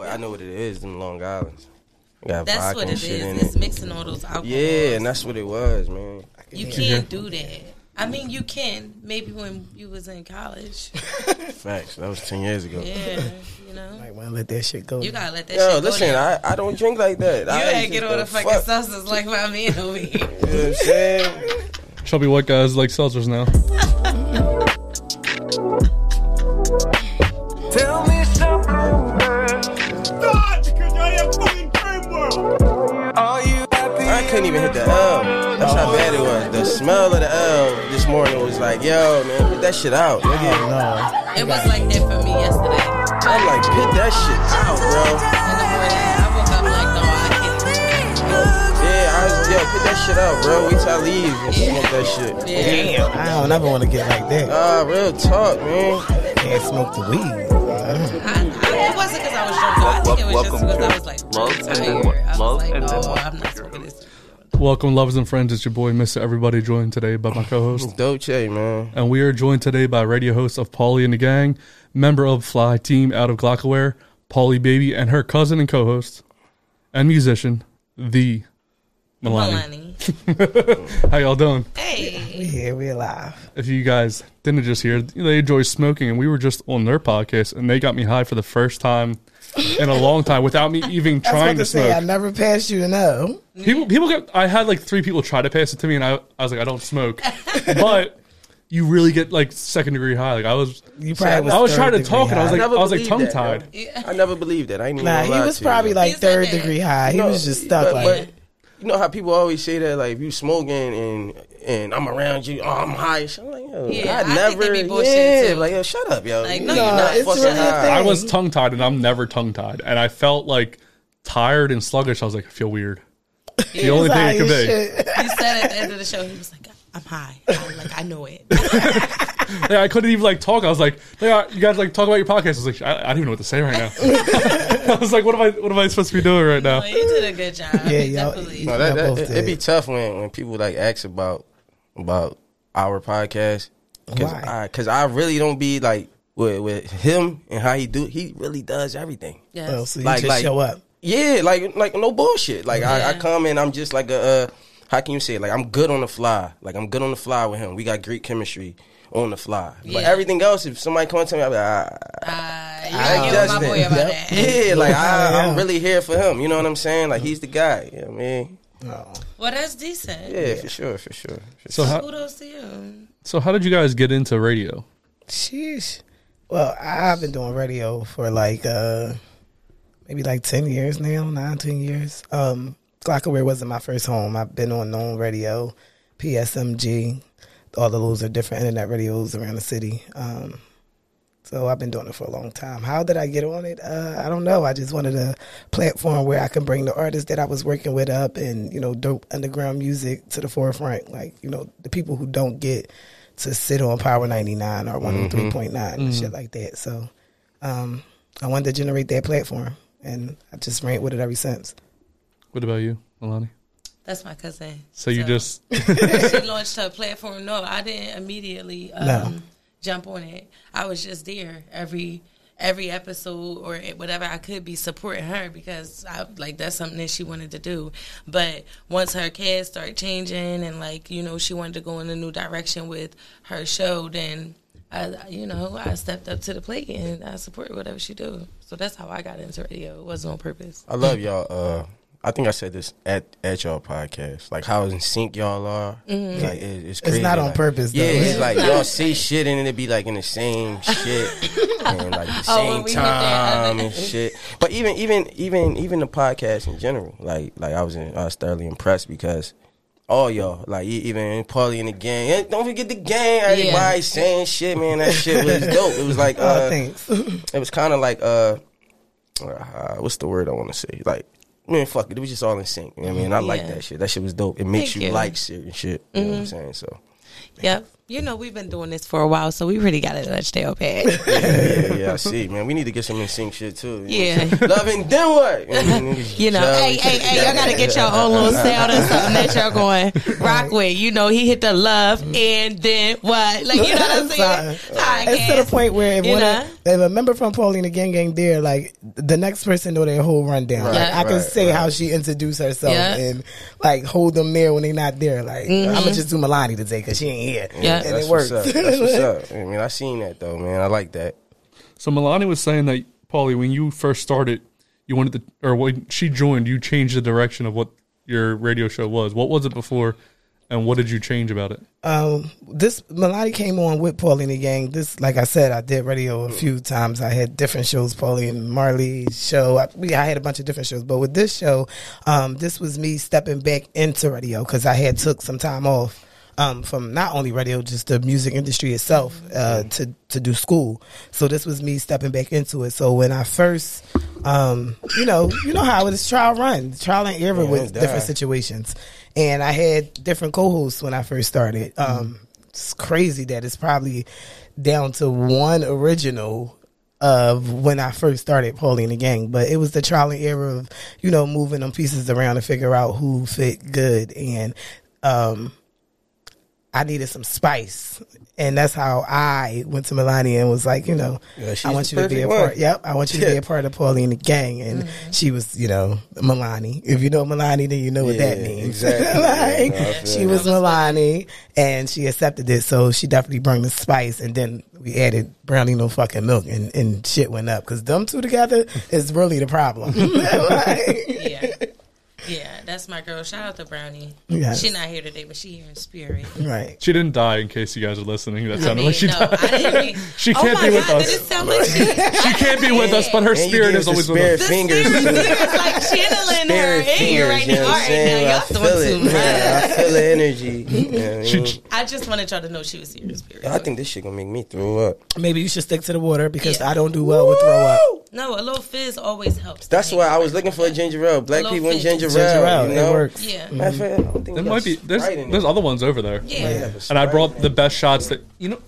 I know what it is. Them Long Islands. Got That's vodka what and it shit in is. It's it. mixing all those alcohols. Yeah, and that's what it was, man. you can't do that. I mean, you can maybe when you was in college. Facts. That was ten years ago. Yeah, you know, Like, why let that shit go? you gotta let that. Yo, shit go listen, down. I, I don't drink like that. I You had to just- get all the fucking fuck, sauces like my man over here. You know what I'm saying? Chubby white guys like seltzers now. Tell me something, girl. God, because y'all have fucking dream world. Are you happy? I couldn't even hit the L. That's how bad it was. The smell of the L this morning was like, yo, man, put that shit out. Nigga. Oh, no. It was like that for me yesterday. I'm like, put that shit out, bro. In the morning, I woke up like, no, I can't. do Yeah, I was, yo, put that shit out, bro. Wait till I leave and smoke that shit. that. Yeah. I don't ever want to get like that. Ah, real talk, man. Can't smoke the weed. I, I, it wasn't because I was drunk. though. I think it was just Welcome because I to was like Love really and Then tired. I Love was like, and Then no, What? I'm not smoking this. Welcome, lovers and friends. It's your boy, Mr. Everybody, joined today by my co-host. Dolce, man. And we are joined today by radio host of Polly and the Gang, member of Fly Team out of Glockaware, Polly Baby, and her cousin and co-host, and musician, the Milani. Milani. How y'all doing? Hey, Yeah, we alive. If you guys didn't just hear, they enjoy smoking, and we were just on their podcast, and they got me high for the first time in a long time without me even I was about trying to to say, I smoke. never passed you, no. People, people got. I had like three people try to pass it to me, and I, I was like, I don't smoke, but. You really get like second degree high. Like I was, You probably I was third trying to degree talk, and I was high. like, I Never was like tongue believed that, tied. I never believed that. I ain't even Nah, gonna he lie was to you. probably like He's like third that. degree high. He No, was just stuck but- like but you know how people always say that, like if you smoking and and I'm around you, oh, I'm high. So I'm like, yo, Yeah, I, I think never, they be bullshitting yeah, too. like yo, shut up, yo. Like, You no, not you're not. It's fucking really a high. thing. I was tongue tied, and I'm never tongue tied, and I felt like tired and sluggish. I was like, I feel weird. The only thing high it could as be. shit. he said at the end of the show, he was like, I'm high. I'm like, I know it. Like, I couldn't even like talk. I was like, "Like, you guys like talk about your podcast. I was like, I, I don't even know what to say right now. I was like, what am I? What am I supposed to be doing right now? Well, you did a good job. Yeah, You y'all- definitely. No, that, Yeah, that, both it, did. it be tough when, when people like ask about about our podcast because Why? I because I really don't be like with, with him and how he do. He really does everything. Yes. Oh, so you Like- just like- show up. Yeah, like like no bullshit. Like I, I Yeah. come and I'm just like a uh, how can you say it? like I'm good on the fly. Like I'm good on the fly with him. We got great chemistry on the fly. But Yeah. everything else, if somebody come to me, I'm like, ah, Uh, you I gotta get with my judged boy it. about Yep. that. yeah, like I, Yeah. I'm really here for him. You know what I'm saying? Like he's the guy. You know what I mean? Well, that's decent. Yeah, for sure, for sure. For So, how, Kudos to you. so how did you guys get into radio? Sheesh. Well, I've been doing radio for like uh maybe like ten years now, nine, ten years. Um Glockaware wasn't my first home. I've been on known radio, PSMG, all of those are different internet radios around the city. Um so I've been doing it for a long time. How did I get on it? Uh, I don't know. I just wanted a platform where I can bring the artists that I was working with up and, you know, dope underground music to the forefront. Like, you know, the people who don't get to sit on Power 99 or 103.9 and shit like that. So um, I wanted to generate that platform. And I just ran with it ever since. What about you, Milani? That's my cousin. So you just she launched her platform. No, I didn't immediately um, No. jump on it. I was just there every every episode or whatever I could be supporting her because I like that's something that she wanted to do. But once her kids start changing and like you know she wanted to go in a new direction with her show, then I you know I stepped up to the plate and I supported whatever she do. So that's how I got into radio. It wasn't on purpose. I love y'all. Uh, I think I said this at at y'all podcast, like how in sync y'all are. Mm-hmm. Like it, it's crazy. not on like- purpose, though. Yeah, it's Yeah. like y'all say shit and it be like in the same shit and like the Oh, same when we hit that time other- and shit. But even even even even the podcast in general, like like I was in, I was thoroughly impressed because. All y'all, like e- even Paulie in the gang. Eh, Don't forget the gang. Everybody saying shit, man. That shit was dope. It was like, Oh, uh, thanks. it was kind of like uh, uh, what's the word I want to say? Like, man, fuck it. It was just all in sync. You know what I mean, I like Yeah. that shit. That shit was dope. It makes Thank Mm-hmm. you, you. like certain shit. You know what I'm saying? So Yep. You know, we've been doing this for a while, so we really got to touch their bag. Yeah, yeah, I see, man. We need to get some in sync shit too. you know? Yeah. love and then what? You know, hey, hey, hey, y'all gotta get your own little sound or something that y'all going rock with. You know, he hit the love and then what? Like, you know what I'm saying? It's to the Podcast. point where if, You one know? of, if a member from Pauline the Gang Gang there, like the next person know their whole rundown. Right, Like, I can right, say right. how she introduced herself Yeah. Mm-hmm. and like hold them there when they not there. Like I'm gonna just do Milani today because she ain't here. Yeah. and That's it what's works. up. That's what's up. I mean, I seen that though, man. I like that. So Milani was saying that Paulie, when you first started, you wanted to, or when she joined, you changed the direction of what your radio show was. What was it before, and what did you change about it? um, this Melody came on with Pauline the Gang. This, like I said, I did radio a few times. I had different shows, Pauline and Marley show. I, we, I had a bunch of different shows, but with this show, um, this was me stepping back into radio because I had took some time off. Um, from not only radio, just the music industry itself, uh, to to do school. So this was me stepping back into it. So when I first, um, you know, you know how it is trial run, trial and error it with die. different situations situations. And I had different co-hosts when I first started. Mm-hmm. Um, It's crazy that it's probably down to one original of when I first started polling the gang, but it was the trial and error of you know moving them pieces around to figure out who fit good and. Um, I needed some spice, and that's how I went to Melania and was like, you know, Yeah, she's I want the you to be perfect a one. part. Yep, I want you to be Yeah. Mm-hmm. a part of Pauline the gang, and she was, you know, Milani. If you know Milani, then you know what that Yeah, means. exactly. like, Yeah, no, I feel she you. was Milani, and she accepted it, so she definitely brought the spice. And then we added brownie no fucking milk, and, and shit went up because them two together is really the problem. Like, Yeah. Yeah, that's my girl. Shout out to Brownie. Yes. She not here today, but she here in spirit. right. She didn't die, in case you guys are listening. That sounded I mean, like she no, died. I didn't mean- She Oh can't my be with God, us. Did it sound like she? She can't be with us, but her And you spirit gave is the always with spirit us. fingers. Spirit is like channeling her Spirit in you fingers, right you know what now. All I'm right, saying? now I feel y'all doing it. too much. man. I feel the energy. You know what I mean? She- I just wanted y'all to know she was here in spirit. I think this shit gonna make me throw up. Maybe you should stick to the water because Yeah. I don't do well with throw up. No, a little fizz always helps. That's the why I hangover. was looking for a ginger ale. Black Little people and fish. ginger ale. Ginger ale, you it know? works. Yeah. Matter of fact, I don't think There we might got be there's Sprite in there's it. other ones over there, Yeah. Yeah, but and I Sprite brought in the it. best shots that you know.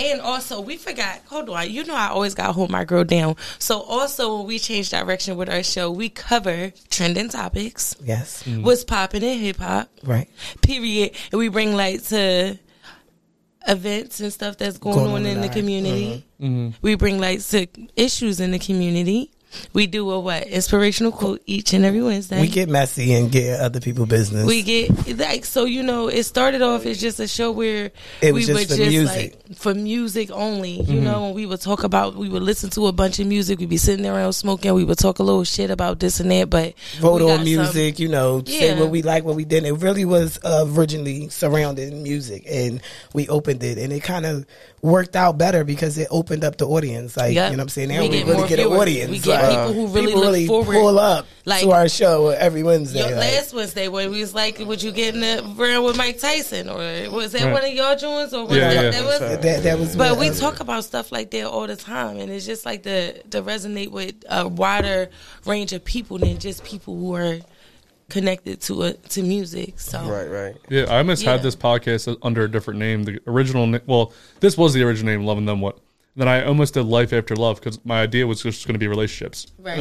And also, we forgot. Hold on. You know, I always got to hold my girl down. So, also, when we change direction with our show, we cover trending topics, Yes. what's popping in hip hop, Right. period. And we bring light to events and stuff that's going, Going on, on in in the our- community. We bring light to issues in the community. We do a what? Inspirational quote each and every Wednesday. We get messy and get other people business. We get like so you know it started off as just a show where we It was just would for just music. Mm-hmm. like for music only. You know, and we would talk about we would listen to a bunch of music. We'd be sitting there around smoking. We would talk a little shit about this and that. But vote we got on some- music, you know, say Yeah. what we like, what we didn't. It really was uh, originally surrounded in music, and we opened it, and it kind of worked out better because it opened up the audience. Like Yep. you know, what I'm saying now We we, get more really get an viewers. audience. We get Like, people who really people look really forward. pull up Like- to our show every Wednesday. Yo, like, last Wednesday when we was like, would you get in the room with Mike Tyson or was that Right. one of y'all joints or was Yeah, that, yeah. that was- that that was. But what- we talk about stuff like that all the time, and it's just like to to resonate with a wider range of people than just people who are connected to a, to music. So Right, right. Yeah, I almost Yeah. had this podcast under a different name. The original, na- well, this was the original name, Loving Them What. Then I almost did Life After Love because my idea was just going to be relationships. right,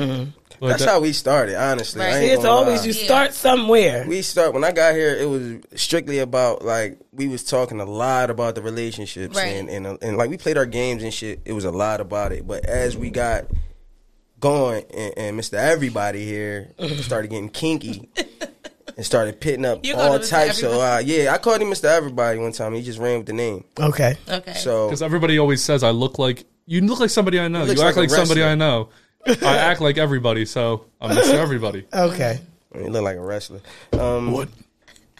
Like That's that- how we started, honestly. I Right. ain't See, it's gonna always lie. you Yeah. start somewhere. We start when I got here. It was strictly about like we was talking a lot about the relationships Right. and, and and like we played our games and shit. It was a lot about it. But as we got going and, and Mr. Everybody here started getting kinky and started pitting up You called all him Mr. types of uh, yeah. I called him Mr. Everybody one time. He just ran with the name. Okay, okay. So Because everybody always says I look like you look like somebody I know. You Oh. looks act like like, a somebody wrestler. I know. I act like everybody, so I'm Mr. Everybody. okay. He look like a wrestler. Um,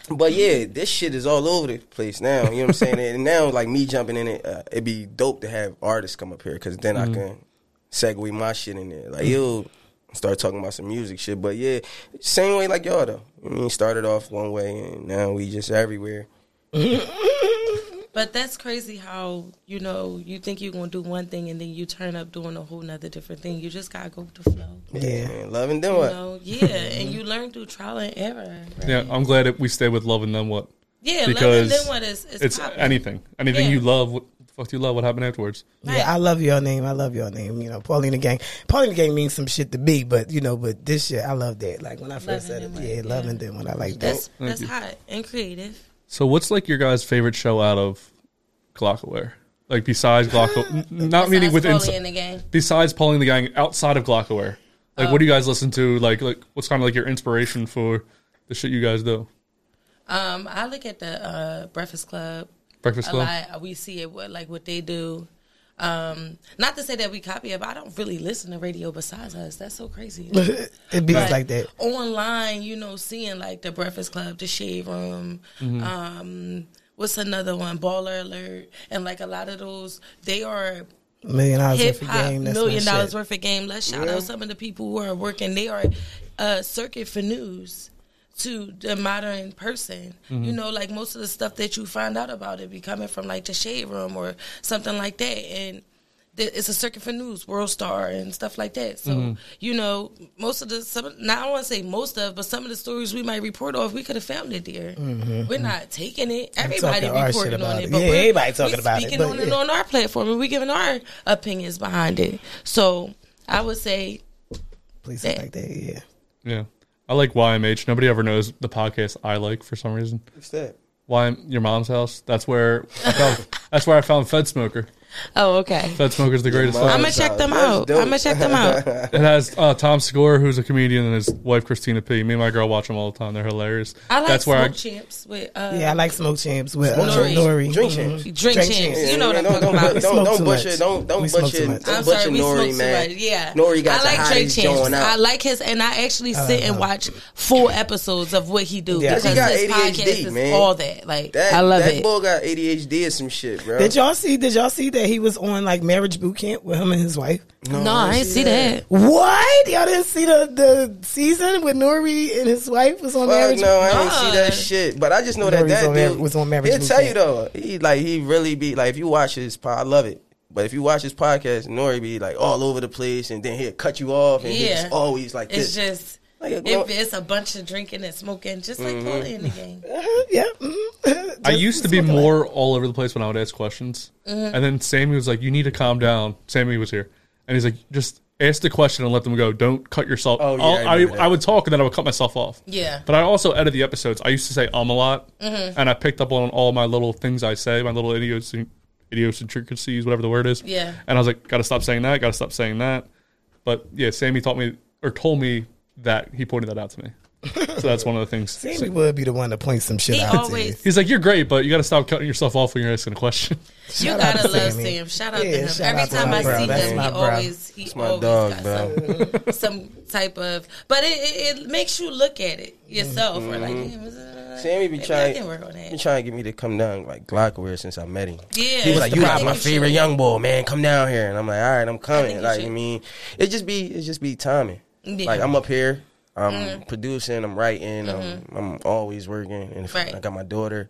But yeah, this shit is all over the place now. You know what I'm saying? and now, like me jumping in it, uh, it'd be dope to have artists come up here because then Mm-hmm. I can segue my shit in there. Like you start talking about some music shit. But yeah, same way like y'all though. I mean, started off one way and now we just everywhere. but that's crazy how you know you think you're gonna do one thing and then you turn up doing a whole nother different thing. You just gotta go with the flow. Yeah. Man, love and then You what? know, yeah, and you learn through trial and error. right? Yeah, I'm glad that we stay with loving them. What? Yeah, because loving them what is is it's poppin'. anything, anything Yeah. you love. What the fuck do you love? What happened afterwards? Right. Yeah, I love your name. I love your name. You know, Paulina Gang. Paulina Gang means some shit to me, but you know, but this shit, I love that. Like when I Loving first said them, it, yeah, like, loving them when I like that. That's that's you. hot and creative. So, what's like your guys' favorite show out of Glockaware? Like besides Glocko, n- not meaning Besides with Pauly insi- in the game. besides Paulie and the Gang outside of Glockaware. Like, Oh. what do you guys listen to? Like, like what's kind of like your inspiration for the shit you guys do? Um, I look at the uh, Breakfast Club Breakfast a Club. lot. We see it what like what they do. Um, not to say that we copy it, but I don't really listen to radio besides us. That's so crazy. it beats But like that. online, you know, seeing like the Breakfast Club, the Shade Room, um, what's another one? Baller Alert, and like a lot of those, they are Million dollars hip worth of hop, game. That's million my dollars shit. worth of game. Let's shout out some of the people who are working. They are uh, circuit for news to the modern person. You know, like most of the stuff that you find out about it be coming from like the shade room or something like that. And th- it's a circuit for news, World Star and stuff like that. So Mm-hmm. you know, most of the some now I don't want to say most of, but some of the stories we might report off, we could have found it there. We're not taking it. Everybody Mm-hmm. talking our shit reporting on about it, it. but Yeah, we're, everybody talking we're about it, speaking but on it yeah. on our platform and we're giving our opinions behind it. So I would say Please say like that. Yeah. yeah, I like YMH. Nobody ever knows the podcast I like for some reason. What's that? Why your mom's house? That's where I found, that's where I found Fed Smoker. Oh, okay. Fed Smoker's the greatest. mom. I'm song. gonna check them That's out. dope. I'm gonna check them out. It has uh, Tom Segura, who's a comedian, and his wife Christina P. Me and my girl watch them all the time. They're hilarious. I like that's smoke where champs with uh, Yeah, I like smoke champs with uh, Nori. Nori. Drink Mhm. champs. drink, champs. champs. You know what I'm don't, talking don't, Don't, about. don't, Smoke too butcher. much. Don't don't We smoke butcher. too much. Don't I'm butcher sorry, we Nori, smoked man. too much. Yeah, Nori got I the like Drake hottest going out. I like his, and I actually sit and watch full episodes of what he do Yeah. because He got ADHD, his podcast man. is all that. Like that, I love that it. boy got ADHD or some shit, bro. Did y'all see? Did y'all see that he was on like marriage boot camp with him and his wife? no, I didn't see that. What? Y'all didn't see the, the season when Nori and his wife was on Fuck marriage? no, I ain't see Nah. that shit. But I just know No, that he's that on Mar- dude was on Marriage He'll Boot tell you Camp. though, he like he really be like if you watch his, pod, I love it. But if you watch his podcast, Nori be like all over the place, and then he'll cut you off, and Yeah. he's always like It's this. just Like, Mm-hmm. if well- it's a bunch of drinking and smoking, just like Paulie in the game. yeah. mhm. I used to be more all over the place when I would ask questions. Mm-hmm. And then Sammy was like, You need to calm down. Sammy was here. And he's like, Just ask the question and let them go. Don't cut yourself. Oh, yeah, I I'll- I, remember that. I, would talk and then I would cut myself off. Yeah. But I also edit the episodes. I used to say um a lot. Mm-hmm. And I picked up on all my little things I say, my little idiosyn- idiosyncrasies, whatever the word is. Yeah. And I was like, Gotta stop saying that. Gotta stop saying that. But yeah, Sammy taught me or told me that. He pointed that out to me. so that's one of the things. Sammy would be the one to point some shit He out to always He's like, you're great, but you got to stop cutting yourself off when you're asking a question. You Shout out gotta to love Sammy. Sam. Shout out Yeah, to him. shout Every out to time my I bro. see That's him, my he bro. always he my always dog, got bro. some some type of. But it, it, it makes you look at it yourself, or like damn, is it- Mm-hmm. uh, Sammy be maybe I trying, can work on that. be trying to get me to come down like Glockware since I met him. Yeah, he was like, "You I not think my you favorite should. young boy, man. Come down here." And I'm like, "All right, I'm coming." you like, I should. mean, it just be it just be timing. Yeah. Mm-hmm. Like I'm up here, I'm producing, I'm writing, I'm, I'm always working, and if- Right. I got my daughter,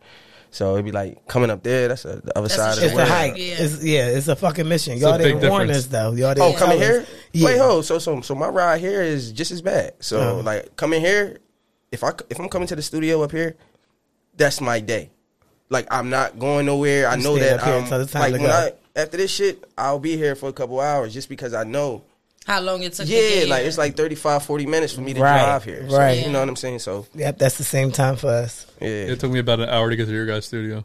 so it'd be like coming up there. That's a, the other That's a side of It's the shit. a world. hike. Yeah. Yeah. It's, yeah, it's a fucking mission. a Y'all didn't big warn difference. us though. Y'all didn't Oh, tell coming us. here? Yeah. Wait, hold. So, so, so my ride here is just as bad. So, Uh-huh. like coming here, if I if I'm coming to the studio up here, that's my day. Like I'm not going nowhere. I You know staying that. up here um, until the time like to when I go. after this shit, I'll be here for a couple hours just because I know. How long it took? to Yeah, get like here. it's like 35, 40 minutes for me to Right, drive here. So, right. You know what I'm saying? So Yep, that's the same time for us. yeah, It took me about an hour to get to your guys' studio.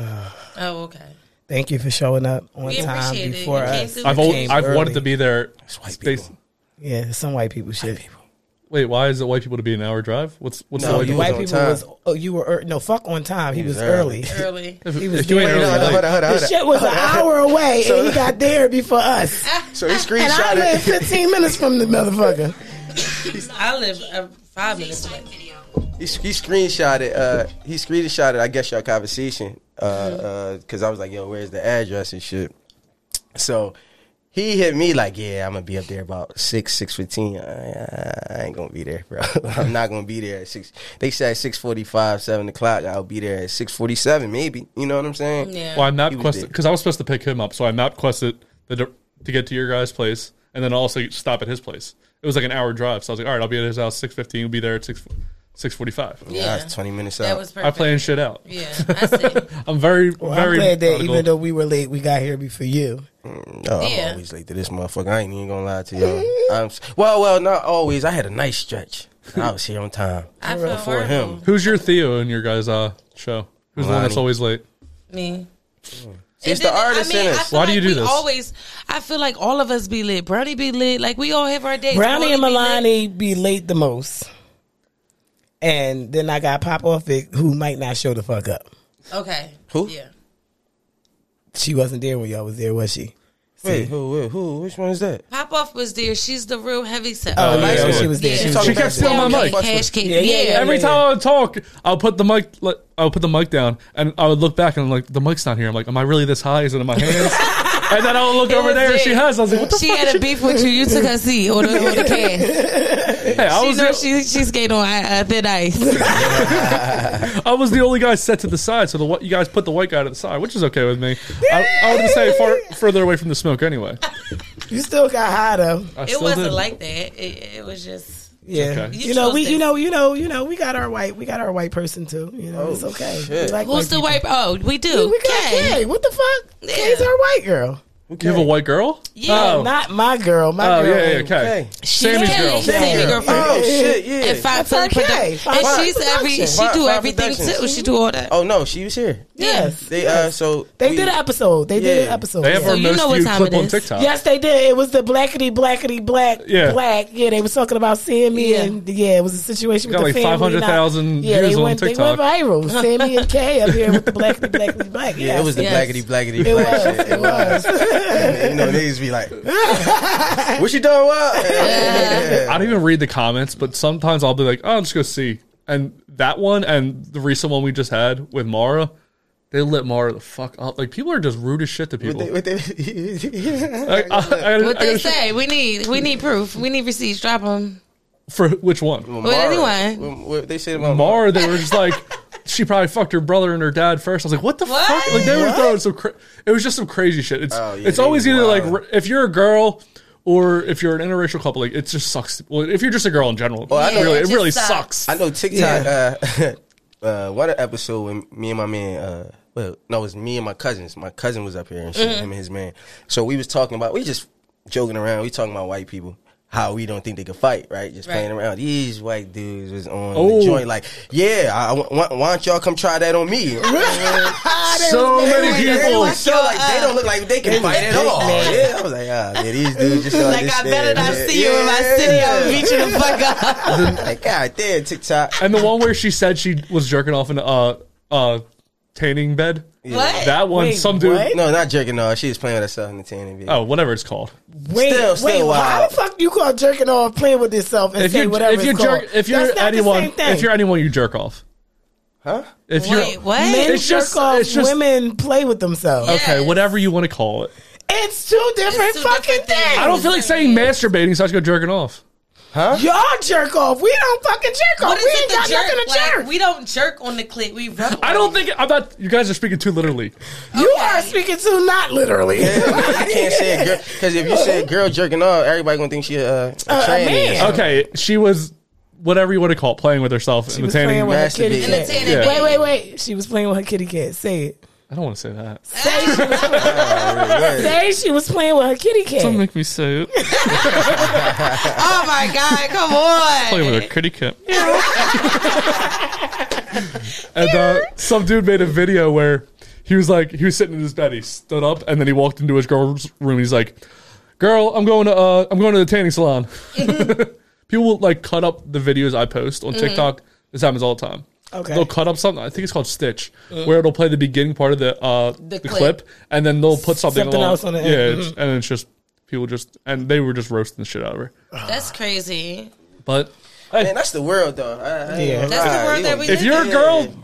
oh okay. Thank you for showing up on We time appreciate it. before uh, You came us. through. I've You al- came I've early. wanted to be there. white They- people. Yeah, some white people shit. Wait, why is it white people to be an hour drive? What's what's No, the you was Um, way? White on people time. was oh you were ear- no fuck on time. He was early. early. Early. was If, if you ain't doing- early, Hold on, late, hold on, hold on, The hold on. shit was an hour away, and he got there before us. So he And I screenshotted. live 15 minutes from the motherfucker. I live uh, five minutes. away. he, he screenshotted. Uh, he screenshotted. I guess your conversation. Mm-hmm. Uh, because I was like, "Yo, where's the address and shit?" So he hit me like, "Yeah, I'm gonna be up there about six, six fifteen. I, I, I ain't gonna be there, bro. I'm not gonna be there at six. They said six forty five, seven o'clock. I'll be there at six forty seven, maybe. You know what I'm saying? Yeah. Well, I map He was quested there. because I was supposed to pick him up, so I map quested the, dir- to get to your guys' place, and then also stop at his place. It was like an hour drive, so I was like, all right, I'll be at his house six fifteen. We'll be there at six six forty-five. Yeah, it's 20 minutes That out. was I perfect. plan shit out. Yeah, I see. I'm very, Well, very. I'm glad that even methodical. though we were late, we got here before you. Oh, Yeah. I'm always late to this motherfucker. I ain't even gonna lie to y'all. I'm, s- well, well, not always. I had a nice stretch. I was here on time. I feel For him. horrible. who's your Theo in your guys' uh, show? Who's the one that's Lonnie. always late? Me. It's And the then, artist in I us. feel Why do you like do we this? Always, I feel like all of us be lit. Brownie be lit. Like we all have our days. Brownie and Pauly be lit. Milani be late the most. And then I got Pop Off It, who might not show the fuck up. Okay. Who? Yeah. She wasn't there when y'all was there, was she? Wait, who, who, who? Which one is that? Pop off was there. She's the real heavy set. Oh, yeah, yeah, yeah. she was there. Yeah. She was She there. kept stealing my Okay, mic. Watch Cash this. cake. Yeah. Yeah, yeah, yeah. Every time I talk, I'll put the mic. Like, I'll put the mic down, and I would look back, and I'm like, the mic's not here. I'm like, am I really this high? Is it in my hands? and then I'll look It over was there, and it. she has. I was like, what the She fuck? had a beef with you. You took her seat or the, or the cash. Hey, I She was know the, she she skating on uh, thin ice. I was the only guy set to the side, so the wh- you guys put the white guy to the side, which is okay with me. I, I would say far further away from the smoke anyway. You still got high though. I It still wasn't did. like that. It, it was just Yeah. okay. You You know, we chose you it. know, you know, you know, we got our white we got our white person too. You know, Oh, it's okay. shit. We like who's white the white? Oh, we do. people. we got Kay. Kay. What the fuck? Yeah. Kay's our white girl. You have a white girl? Yeah, Oh, Not my girl. My oh girl. yeah, yeah, ain't- okay. She's Sammy's Kelly, girl. Sammy girl from Oh shit, yeah. and Five That's Film okay. Productions. Five And Film she's every she Productions. do Five everything Productions. too. She do all that. Oh no, she was here. Yes. They uh, so They we- did an episode. They did an Yeah. episode. They have yeah. our you most know what viewed time clip it on is. TikTok. Yes, they did. It was the blackety blackety black Yeah. black. Yeah, they was talking about Sammy Yeah. and yeah, it was a situation Got with the like family. 500,000 Now- Yeah, views they on went TikTok. they went viral. Sammy and Kay up here with the blackety blackety black. Yeah, it was the Yes. blackety blackety It black was. shit. It was. you know, niggas be like, "What you doing?" What? I don't even read the comments, but sometimes I'll be like, oh, I'll just go see. And that one and the recent one we just had with Mara, they lit Mara the fuck up. Like people are just rude as shit to people. What they- Like, I- I gotta- What I they gotta show- say? We need we need proof. We need receipts. Drop them. for which one? Well, anyway. What- what they said about Mara, they were just like, she probably fucked her brother and her dad first. I was like, what the What? fuck? Like they were throwing some. Cra- it was just some crazy shit. It's Oh, yeah, it's they always were either like wild. r- if you're a girl. Or if you're an interracial couple, like it just sucks. Well, if you're just a girl in general, I it know- really, It it just really sucks. sucks. I know TikTok. Uh, uh, what an episode when me and my man. Uh, well, no, it was me and my cousins. My cousin was up here and Mm-hmm. shit. Him and his man. So we was talking about. We just joking around. We talking about white people. How we don't think they could fight, right? Just playing Right. around. These white dudes was on Oh. the joint, like, yeah, I, why, why don't y'all come try that on me? so many They people. look so like they don't look like they can fight at all. Yeah, I was like, ah, yeah, these dudes just don't Like I better not understand. see you in my Yeah, city. yeah. I'll beat you the fuck up. Like, God damn, TikTok. And the one where she said she was jerking off in a uh, uh, tanning bed. What? That one, Wait, some dude. what? No, not jerking off. She was playing with herself in the tanning bed. Oh, whatever it's called. Wait, Still- wait, still how wild. the fuck you call jerking off playing with yourself and If say you whatever if you it's jerk called? if you're That's not the anyone same thing. if you're anyone you jerk off. Huh? If Wait, you're what? men it's jerk just- off, it's just- women play with themselves. okay, Yes. whatever you want to call it. It's two different two fucking different things. things. I don't feel like saying masturbating, so I just go jerking off. Y'all jerk off. We don't fucking jerk off. What is We ain't it? got The jerk? nothing to Like, jerk. We don't jerk on the clit. We rub. I don't think I'm not. You guys are speaking too literally. You Okay. are speaking to not literally. I can't say a girl because if you say a girl jerking off, everybody gonna think she a, a tranny. man. or something. Okay, she was whatever you want to call it, playing with herself in the was tanning. playing with her That's the kitty bit. In the cat. tanning Yeah. bed. Wait, wait, wait. She was playing with her kitty cat. Say it. I don't want to say that. Say she was playing with her kitty cat. Don't make me say it. Oh my god! Come on. Play with a kitty cat. and uh, some dude made a video where he was like, he was sitting in his bed, he stood up, and then he walked into his girl's room. He's like, "Girl, I'm going to, uh, I'm going to the tanning salon." Mm-hmm. People will like cut up the videos I post on TikTok. This happens all the time. Okay. They'll cut up something. I think it's called Stitch, where it'll play the beginning part of the uh, the, clip. clip. and then they'll put something, Something along- else on Mm-hmm. the end. Yeah, it's, and it's just people just and they were just roasting the shit out of her. That's crazy. But Man, that's the world though. I- I ain't Yeah. gonna That's the lie. world You that gonna we get if you're a Yeah. girl,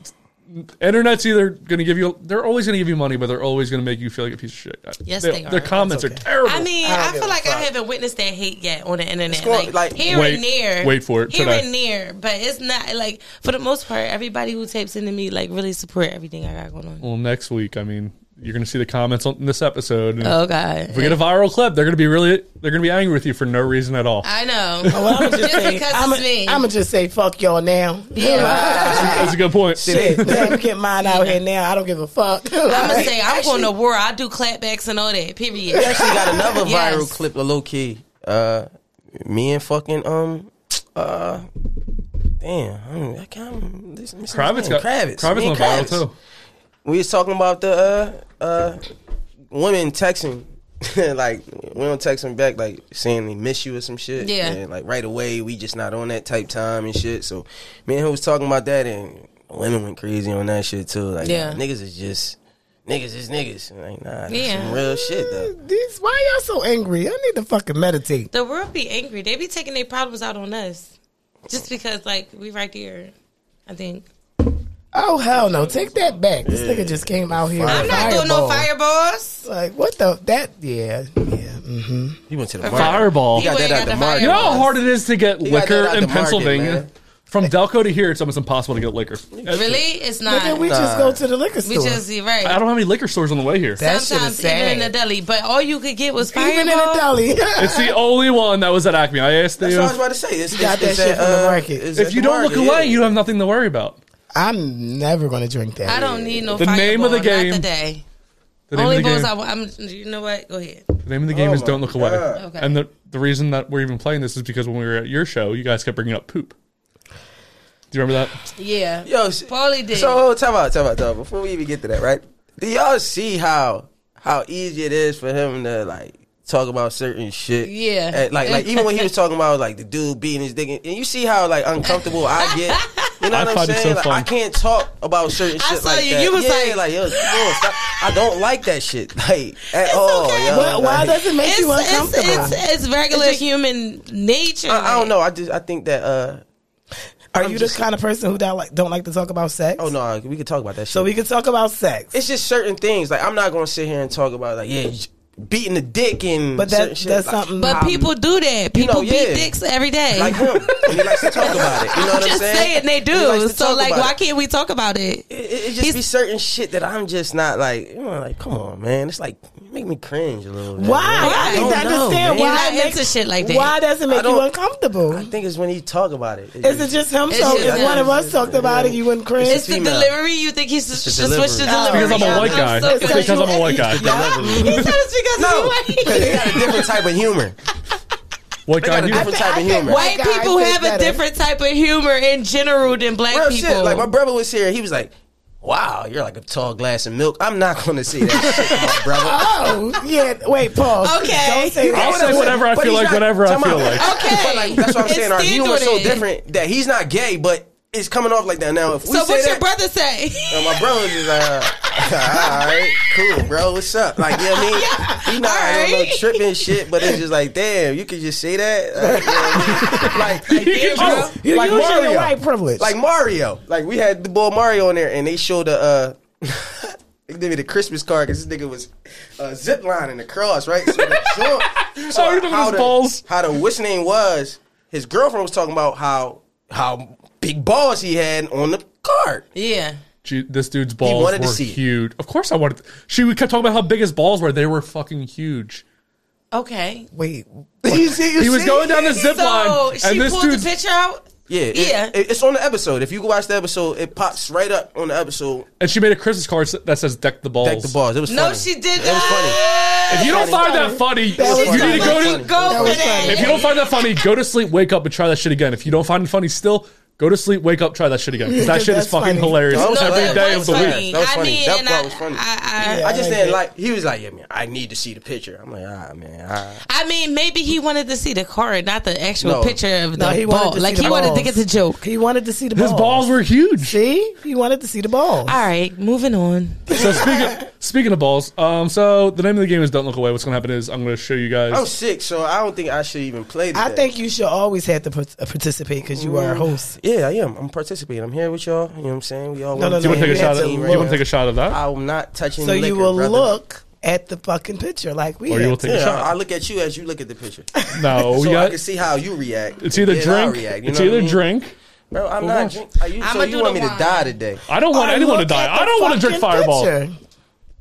internet's either going to give you, they're always going to give you money, but they're always going to make you feel like a piece of shit. Yes, they are. Their That's comments are terrible. I mean, I, give feel a like I haven't witnessed that hate yet on the internet. going- Like, like- here Wait- and there, wait for it Here today. and there, but it's not like for the most part, everybody who tapes into me like really support everything I got going on. well, next week, I mean, you're gonna see the comments on in this episode. And Oh God. If we get a viral clip, they're gonna be really they're gonna be angry with you for no reason at all. I know. Well, I'm just just say, because I'm it's me. gonna just say fuck y'all now. That's a good point. Shit, damn, get mine out here now. I don't give a fuck. I'm gonna say I'm going to war. I do clapbacks and all that. Period. actually got another Yes. viral clip, a low key. Uh, me and fucking um, uh, damn, I, don't, I can't. remember This, this Kravitz got Kravitz. Kravitz, Me went and viral Kravitz. too. We was talking about the uh, uh, women texting. like women texting back, like saying they miss you or some shit. Yeah. And, like right away, we just not on that type time and shit. So me and him was talking about that, and women went crazy on that shit too. Like Yeah. niggas is just niggas is niggas. Like nah, that's Yeah. some real shit though. These, why y'all so angry? I need to fucking meditate. The world be angry. They be taking their problems out on us, just because like we right there. I think Oh hell no, take that back. This nigga just came out here. I'm not doing no fireballs. Like what the that? Yeah, yeah. Mm-hmm. He went to the market. Fireball. He got He that went out and the got the market. You know how hard it is to get got liquor that out in the market, Pennsylvania? man. From Delco to here, it's almost impossible to get liquor. Really, it's But then not. We, we just go to the liquor store. just you're right. I don't have any liquor stores on the way here. that shit is Sometimes even in the sad. deli, but all you could get was fireball. Even in the deli. It's the only one that was at Acme. I asked That's you. what I was about to say. It's, got it's- that it's shit from the uh, market. it's If at you the don't look market, away, yeah. you have nothing to worry about. I'm never gonna drink that. I don't need no The fireball. name of the game- Not today. The name, Only of the, balls game, I want. I'm, you know what? Go ahead. the name of the game is Oh my Don't Look Away. God. Okay. And the, the reason that we're even playing this is because when we were at your show, you guys kept bringing up poop. Do you remember that? Yeah. Yo, s- Paulie did. So hold- time out, time out, time out. Before we even get to that, right? Do y'all see how how easy it is for him to like talk about certain shit? Yeah. And, like like even when he was talking about like the dude beating his dick, in- and you see how like uncomfortable I get. You know I what I'm find it saying? so like, fun. I can't talk about certain I shit saw like you. that. You was yeah, like- like yo, yo, stop. I don't like that shit like at all. okay. yo. Why, why Like, does it make it's, you it's, uncomfortable? it's, it's regular It's just- human nature. I, I don't know. I just I think that uh Are I'm you just- the kind of person who don't like don't like to talk about sex? oh no, we could talk about that shit. So we can talk about sex, it's just certain things. Like I'm not gonna sit here and talk about like yeah, beating the dick and but certain that shit. that's like, something. But I'm- people do that. You know, People yeah. beat dicks every day. like him. And he likes to talk about it. You know I'm what I'm just saying? saying they He likes do. to So talk like, about why it. can't we talk about it? It, it- it just He's- be certain shit that I'm just not like. You know, like come on, man. It's like you make me cringe a little. Bit, Why? man. Like, don't I, need to know, understand man. You're why not it makes- into shit like that. Why does it I make you don't- uncomfortable? I think it's when he talk about it. Is it just him? It's So just if him. one of us talked about it, you wouldn't cringe. It's It's the female. delivery. You think he's just, It's just the switched the delivery. delivery. Because I'm a white guy. so It's 'cause because I'm a you- white guy. he said it's because No. he's They white. got a different type of humor. White They got guy a humor. different type of I think humor. White white guys people think have a better. different type of humor in general than black Real people. shit. Like my brother was here. He was like, "Wow, you're like a tall glass of milk." I'm not going to say that shit to my brother. oh yeah. Wait, pause. Okay. Don't say You know that. I'll what say I'm saying? whatever I But feel he's like, whenever I time out. feel like. Okay. But like, that's what I'm It's saying. Our stand humor on is so it. different that he's not gay, but it's coming off like that. Now, if we So say what's your that, brother say? and my brother's just like, uh, all right, cool, bro, what's up? Like, you know what I mean? He not on no Alright. tripping shit, but it's just like, damn, you could just say that. Like, you know what I mean? Like, You can- oh, You like usually Mario. white privilege. like Mario. Like we had the boy Mario on there, and they showed the. Uh, They gave me the Christmas card because this nigga was uh, zip lining across, right? So, the joint- I remember how his the, balls. How the what's his name was? His girlfriend was talking about how how big balls he had on the card. yeah. Gee, this dude's balls wanted to were see it. huge. Of course, I wanted. She would kept talking about how big his balls were. They were fucking huge. Okay. wait, You see- you He was see? going down the zip So line, she and this pulled the dude's picture out. Yeah, it- Yeah. it- it's on the episode. If you go watch the episode, it pops right up on the episode. and she made a Christmas card that says "Deck the balls." Deck the balls. It was No, funny. she did It was funny. not. If you don't Funny. find that funny, was you need to funny. That go to. was Go funny. for that. If you don't find that funny, go to sleep, wake up, and try that shit again. If you don't find it funny, still go to sleep, wake up, try that shit again. 'Cause that shit is That's fucking funny. hilarious That was every funny. day Oh, That of was the funny. week. That was funny. I That mean, part and was I- funny. I, I, Yeah. I just like didn't it. like. He was like, "Yeah, man, I need to see the picture." I'm like, "Ah, man, ah." I mean, maybe he wanted to see the card, not the actual No. picture of the No, he wanted ball. to see Like the he wanted to balls. get the joke. he wanted to see the His balls were huge. See, he wanted to see the balls. All right, moving on. So speaking speaking of balls, um, so the name of the game is "Don't Look Away." What's gonna happen is I'm gonna show you I'm guys. sick, so I don't think I should even play. Today. I think you should always have to par- uh, participate because you Mm. are a host. Yeah, I am. I'm participating. I'm here with y'all. You know what I'm saying? We all want No, no, You to wanna no, take a you shot? had At, to you look. wanna take a shot of that, I'm not touching. So you liquor, will brother. look at the fucking picture like we. or you had will to. take a Yeah, I shot? look at you as you look at the picture, No, we so I got. can see how you react. It's either and then I'll drink. react, you It's know what I either mean? drink. Bro, I'm Well, not watch. drink. Are you, so I'ma you do want me the to wine. die today? I don't want Or anyone to look die. at the I don't want to drink fucking Fireball. picture.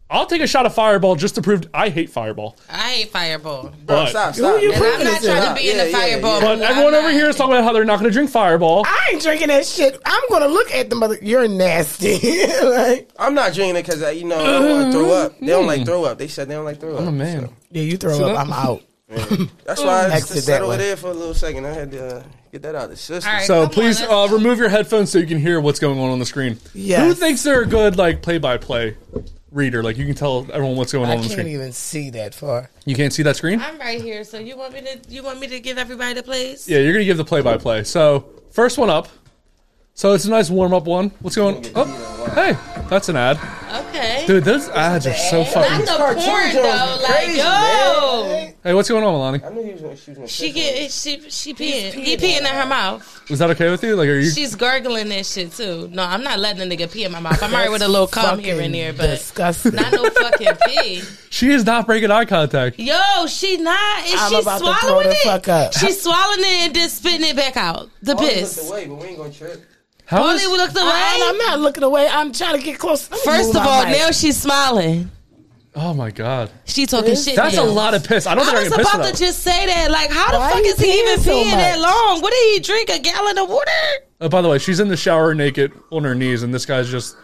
I'll take a shot of Fireball just to prove I hate Fireball. I hate Fireball. Bro, But- stop, stop. you man. And I'm not Listen, trying to be in the yeah, yeah, Fireball. yeah. But mood. everyone I'm over not. here is talking about how they're not going to drink Fireball. I ain't drinking that shit. I'm gonna look at the mother. You're nasty. like, I'm not drinking it because you know I don't want to throw up. They don't like throw up. They said they don't like throw up. man. yeah, you throw So up. that- I'm out. That's why I Exit just that sat over way. there for a little second. I had to uh, get that out of the system. All right. So Come on, please let's- uh, remove your headphones so you can hear what's going on on the screen. Yes. Who thinks they're a good like play-by-play reader? Like you can tell everyone what's going on I on the can't screen. even see that far. You can't see that screen. I'm right here. So you want me to? You want me to give everybody the place? Yeah, you're gonna give the play-by-play. So first one up. So it's a nice warm-up one. What's going? Oh, hey, that's an ad, Okay. dude. Those ads are so Not fucking. the porn Jones though. is Like crazy, yo, Hey, what's going on, Milani? I knew he was going to shoot me. she get she she peeing. He peeing in her mouth. Was that okay with you? Like, are you? She's gargling that shit too. No, I'm not letting a nigga pee in my mouth. I'm already with a little cum here and there, but disgusting. not no fucking pee. She is not breaking eye contact. Yo, she not. And I'm she's about to throw swallowing the it. fuck up. She's swallowing it and then spitting it back out. The piss. away, but we ain't going to trip. How Only is- we looked away. I, am not looking away. I'm trying to get close. Let me First move of my all, mic. now she's smiling. oh my god, She talking shit. that's now. a lot of piss. I don't I think I was can piss about to that. just say that. Like, how the Why fuck you is he even peeing so peeing that much? long? What did he drink? A gallon of water? Oh, by the way, she's in the shower naked on her knees, and this guy's just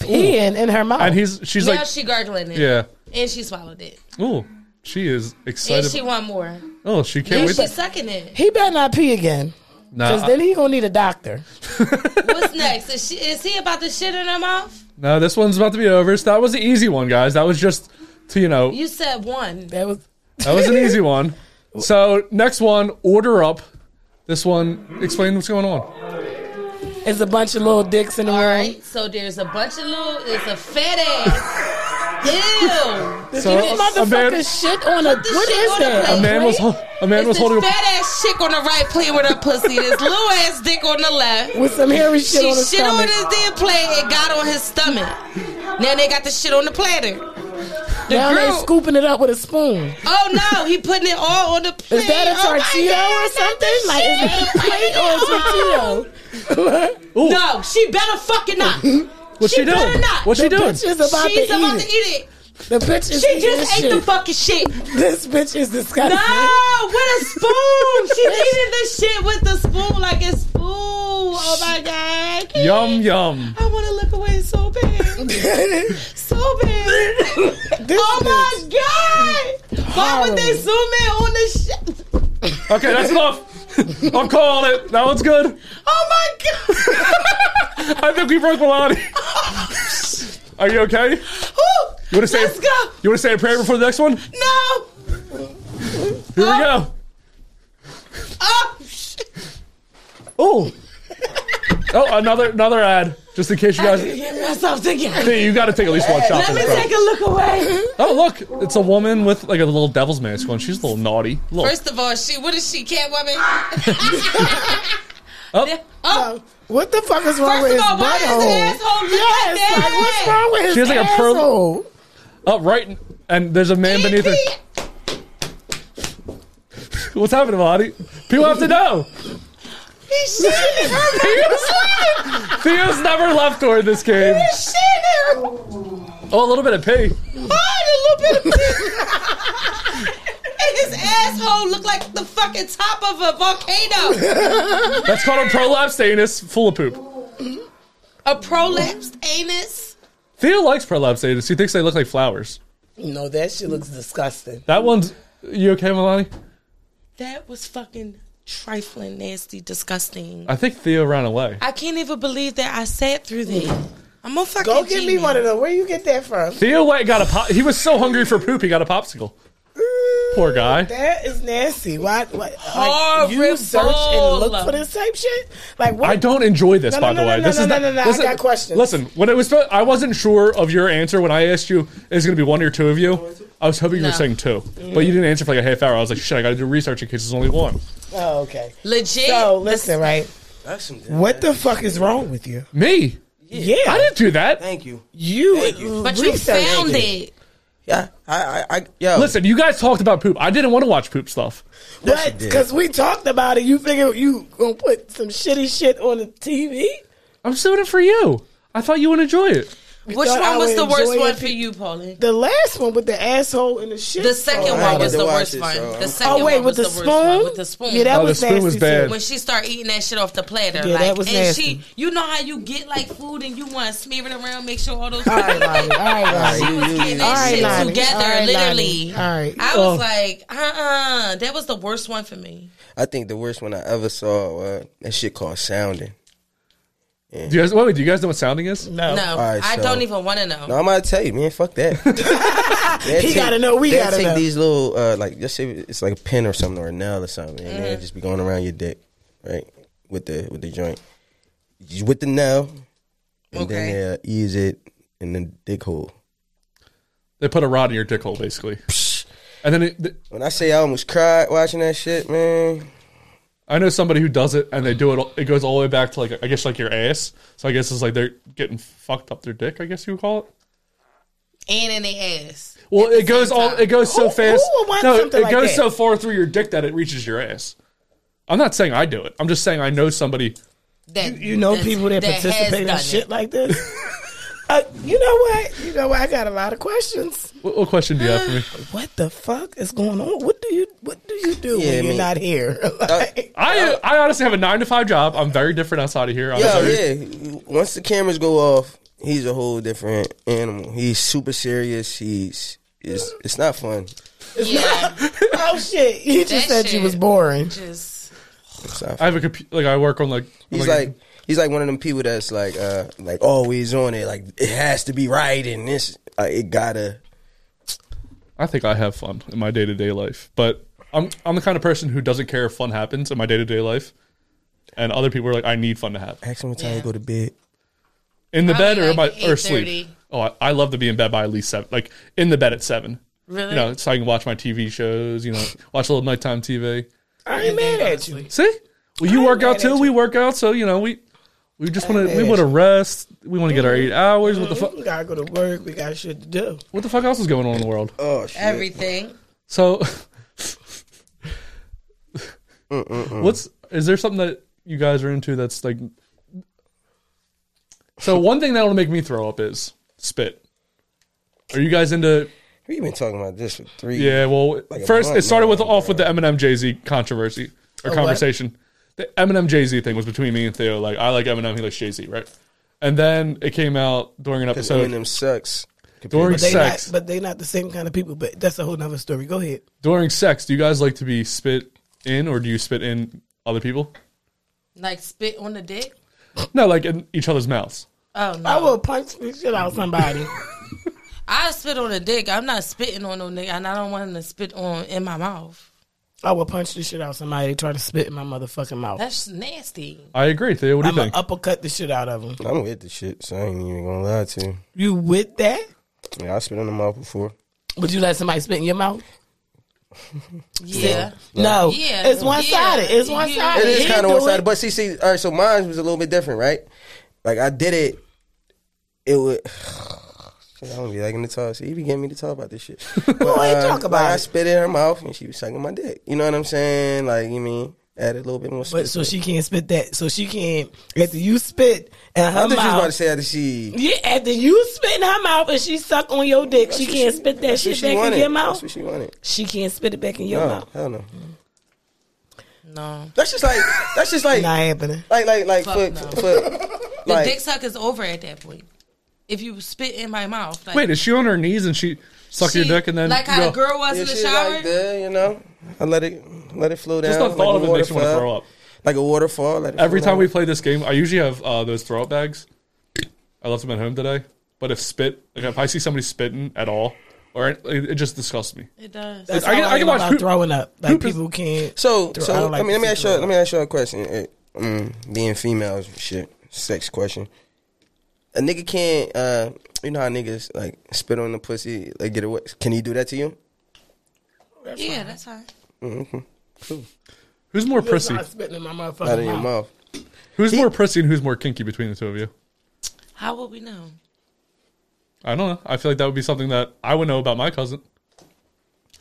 peeing in her mouth. Oh. and he's she's now like she gargling it. yeah. And she swallowed it. Ooh, she is And excited. she want more. oh, she can't And wait. she's sucking it. he better not pee again. Nah, Cause then uh, he gonna need a doctor. What's next? Is, she, is he about to shit in her mouth? no, this one's about to be over. So that was the easy one, guys. That was just to you know You said one. That was that was an easy one. So next one, order up. This one, explain what's going on. it's a bunch of little dicks in the All room. right. So there's a bunch of little. It's a fat ass. Ew. So This motherfucker man, shit on a what shit is on a that? plate. a man was hol- a man It's was this holding. fat ass chick on the right playing with her pussy. This little ass dick on the left. With some hairy shit She on his shit stomach. on his damn plate and got on his stomach. Now they got the shit on the platter. The now girl, they scooping it up with a spoon. oh no, he putting it all on the plate. Is that a Oh, my tortilla God, or not something? the Like is shit. that a plate or a tortilla? Ooh, No, she better fucking not. what's she, she better doing? not. What's she the doing? bitch is about She's to about eat to it. eat it. The bitch is She eating just ate shit. the fucking shit. This bitch is disgusting. No, with a spoon. She's eating the shit with the spoon like it's food. Oh my god. Can't- Yum yum. I want to look away so bad, this so bad. Oh bitch. my god! Why would they zoom in on this shit? Okay, that's enough. I'm calling it. That one's good. Oh my god! I think we broke Milani. Are you okay? You Woo! want to say Let's go! you want to say a prayer before the next one? No! Here we go. Oh! shit. Oh, oh, another another ad. Just in case you guys, Get myself together. Hey, you got to take at least one shot. Let for me this, bro. take a look away. Oh, look, it's a woman with like a little devil's mask on. She's a little naughty. Look, First of all, she what is she, Catwoman? oh, Oh, What the fuck is wrong first with of his all, why is the butthole? asshole looking Yes, at like, what's that? wrong with his She has, like, a pearl- asshole? up right, and there's a man beneath her. What's happening, Lottie? People have to know. He's shitting in her Theo's never left during this game. He's shitting in her Oh, a little bit of pee. Oh, a little bit of And his asshole looked like the fucking top of a volcano. That's called a prolapsed anus full of poop. A prolapsed anus. Theo likes prolapsed anus. He thinks they look like flowers. No, that shit looks disgusting. That one's. You okay, Milani? That was fucking trifling, nasty, disgusting. I think Theo ran away. I can't even believe that I sat through that. I'm a fucking. Go get me genius. one of them. Where you get that from? Theo went got a pop. He was so hungry for poop, he got a popsicle. Poor guy. That is nasty. Why? why like, Horrible. you search and look for this type shit? Like what? I don't enjoy this, No, by no, the no, way. no, this no, is no, not- no, no, I listen- got questions. Listen, when it was, I wasn't sure of your answer when I asked you is going to be one or two of you. I was hoping you were No. saying 2 Mm. but you didn't answer for like a half hour. I was like, shit, I got to do research in case there's only one. Oh, okay. Legit. So listen, right? That's some What the fuck is wrong with you? Me? Yeah, I didn't do that. Thank you. You, you. but you researched found it. Yeah, I, I, I yo. Listen, you guys talked about poop. I didn't want to watch poop stuff. Yes, you What? did. Because we talked about it. You figure you gonna put some shitty shit on the TV? I'm just doing it for you. I thought you would enjoy it. Which thought I one was would the worst enjoy one it. for you, Pauline? The last one with the asshole and the shit. Oh, The second sauce. Oh, I one had was to the watch worst it, one. so- The Oh, second Oh wait, one with was the, worst one spoon. with the spoon. Yeah, that Oh, the was spoon nasty was too. bad. when she started eating that shit off the platter, Yeah, like, that was and nasty. she, you know how you get like food and you want to smear it around, make sure all those. All right, Lonnie. All right, Lonnie. she was getting that All right, shit Lonnie. together, All right, literally. Lonnie. All right. I Oh. was like, uh, uh that was the worst one for me. I think the worst one I ever saw uh, that shit called sounding. Do you guys wait, wait, do you guys know what sounding is? No. No, right, I so- don't even want to know. No, I'm gonna tell you, man. Fuck that. They'll He gotta know, we they'll gotta take know. these little, uh, like, just say it's like a pin or something or a nail or something, and then just be going around your dick, right, with the with the joint, Just with the nail, and Okay. then they'll ease it in the dick hole. They put a rod in your dick hole, basically. And then it, th- When I say I almost cried watching that shit, man. I know somebody who does it, and they do it. all- It goes all the way back to like I guess like your ass. So I guess it's like they're getting fucked up their dick. I guess you would call it. And in the ass. Well, it goes all. It goes so Who- fast. who would want no, something it like goes that? so far through your dick that it reaches your ass. I'm not saying I do it. I'm just saying I know somebody. That You know that's- people that, has participate in done shit it. like this. uh, you know what? You know what? I got a lot of questions. What, what question do you have for me? What the fuck is going on? What do you What do you do Yeah, when you're man. not here? Like, I I honestly have a nine to five job. I'm very different outside of here. I'm Yo, very- yeah. Once the cameras go off, he's a whole different animal. He's super serious. He's it's it's not fun. Yeah, oh shit! You just That said you shit. was boring. just It's not fun. I have a computer. Like I work on like. I'm He's like he's like one of them people that's like uh like always on it. Like it has to be right and this like it gotta I think I have fun in my day to day life, but I'm I'm the kind of person who doesn't care if fun happens in my day to day life, and other people are like, I need fun to happen ask him what time Yeah. you go to bed. in the bed Probably or like my or sleep. 8:30. Oh, I, I love to be in bed by at least seven, like in the bed at seven. really. You know, so I can watch my TV shows. You know, watch a little nighttime TV. I ain't mad at you. See, well, you work out mad too. at We work out, so you know we we just want to we mad want to rest. We want to get our eight hours. What the fuck? We gotta go to work. We got shit to do. What the fuck else is going on in the world? Oh shit. Everything. So, what's is there something that you guys are into that's like? So one thing that'll make me throw up is spit. Are you guys into? We've been talking about this for three Yeah. Well, a first month it started with now, off with the Eminem Jay Z controversy or conversation. The Eminem Jay Z thing was between me and Theo. Like I like Eminem, he likes Jay Z, right? And then it came out during an so, episode. Eminem sucks. During They sex, not, but they not the same kind of people. But that's a whole nother story. Go ahead. during sex, do you guys like to be spit in, or do you spit in other people? Like spit on the dick. No, like in each other's mouths. Oh I no! will punch the shit out of somebody. I spit on a dick. I'm not spitting on no nigga, and I don't want him to spit on in my mouth. I will punch the shit out of somebody. They try to spit in my motherfucking mouth. That's nasty. I agree, Theo. What do I'm you gonna think? uppercut the shit out of them. I'm with the shit, so I ain't even gonna lie to you. You with that? Yeah, I spit on the mouth before. Would you let somebody spit in your mouth? Yeah. No. Yeah. It's one sided. It's Yeah. one sided. It is kind of one sided, but see, see, all right. So mine was a little bit different, right? Like I did it. It would. I don't be liking to talk. See, you be getting me to talk about this shit. But, uh, ain't talk about like, I it. spit in her mouth and she was sucking my dick. You know what I'm saying? Like you mean added a little bit more. But Spit to so it. she can't spit that. So she can't. After you spit in her I thought mouth. you was about to say that she. yeah, after you spit in her mouth and she suck on your dick, she what can't she- spit that That's what shit she back wanted. in your That's mouth. what she wanted. She can't spit it back in your No, mouth. hell no. No. That's just like that's just like Not happening. like like like Fuck for, no. for The like dick suck is over at that point. If you spit in my mouth, like, Wait, is she on her knees and she suck your she- dick and then like you how go, the girl was yeah, in the shit shower. like that, you know. I let it let it flow down. Just the like thought a of it makes you want to waterfall. throw up. Like a waterfall. Let it Every flow time down. we play this game, I usually have uh, those throw up bags. I left them at home today. But if spit, like if I see somebody spitting at all, or it, it just disgusts me. It does. That's I can- all I can am watch about poop- throwing up. Like poop is- people can't. So, Dude, I so don't I, like mean, let me to ask see you. girls. Let me ask you a question. Eh, mm, being females, shit, sex question. A nigga can't. Uh, you know how niggas like spit on the pussy, like get away. Can he do that to you? yeah, that's fine. Who's more prissy? Not spitting in my motherfucking Out of your mouth. mouth. Who's more prissy and who's more kinky between the two of you? How would we know? I don't know. I feel like that would be something that I would know about my cousin.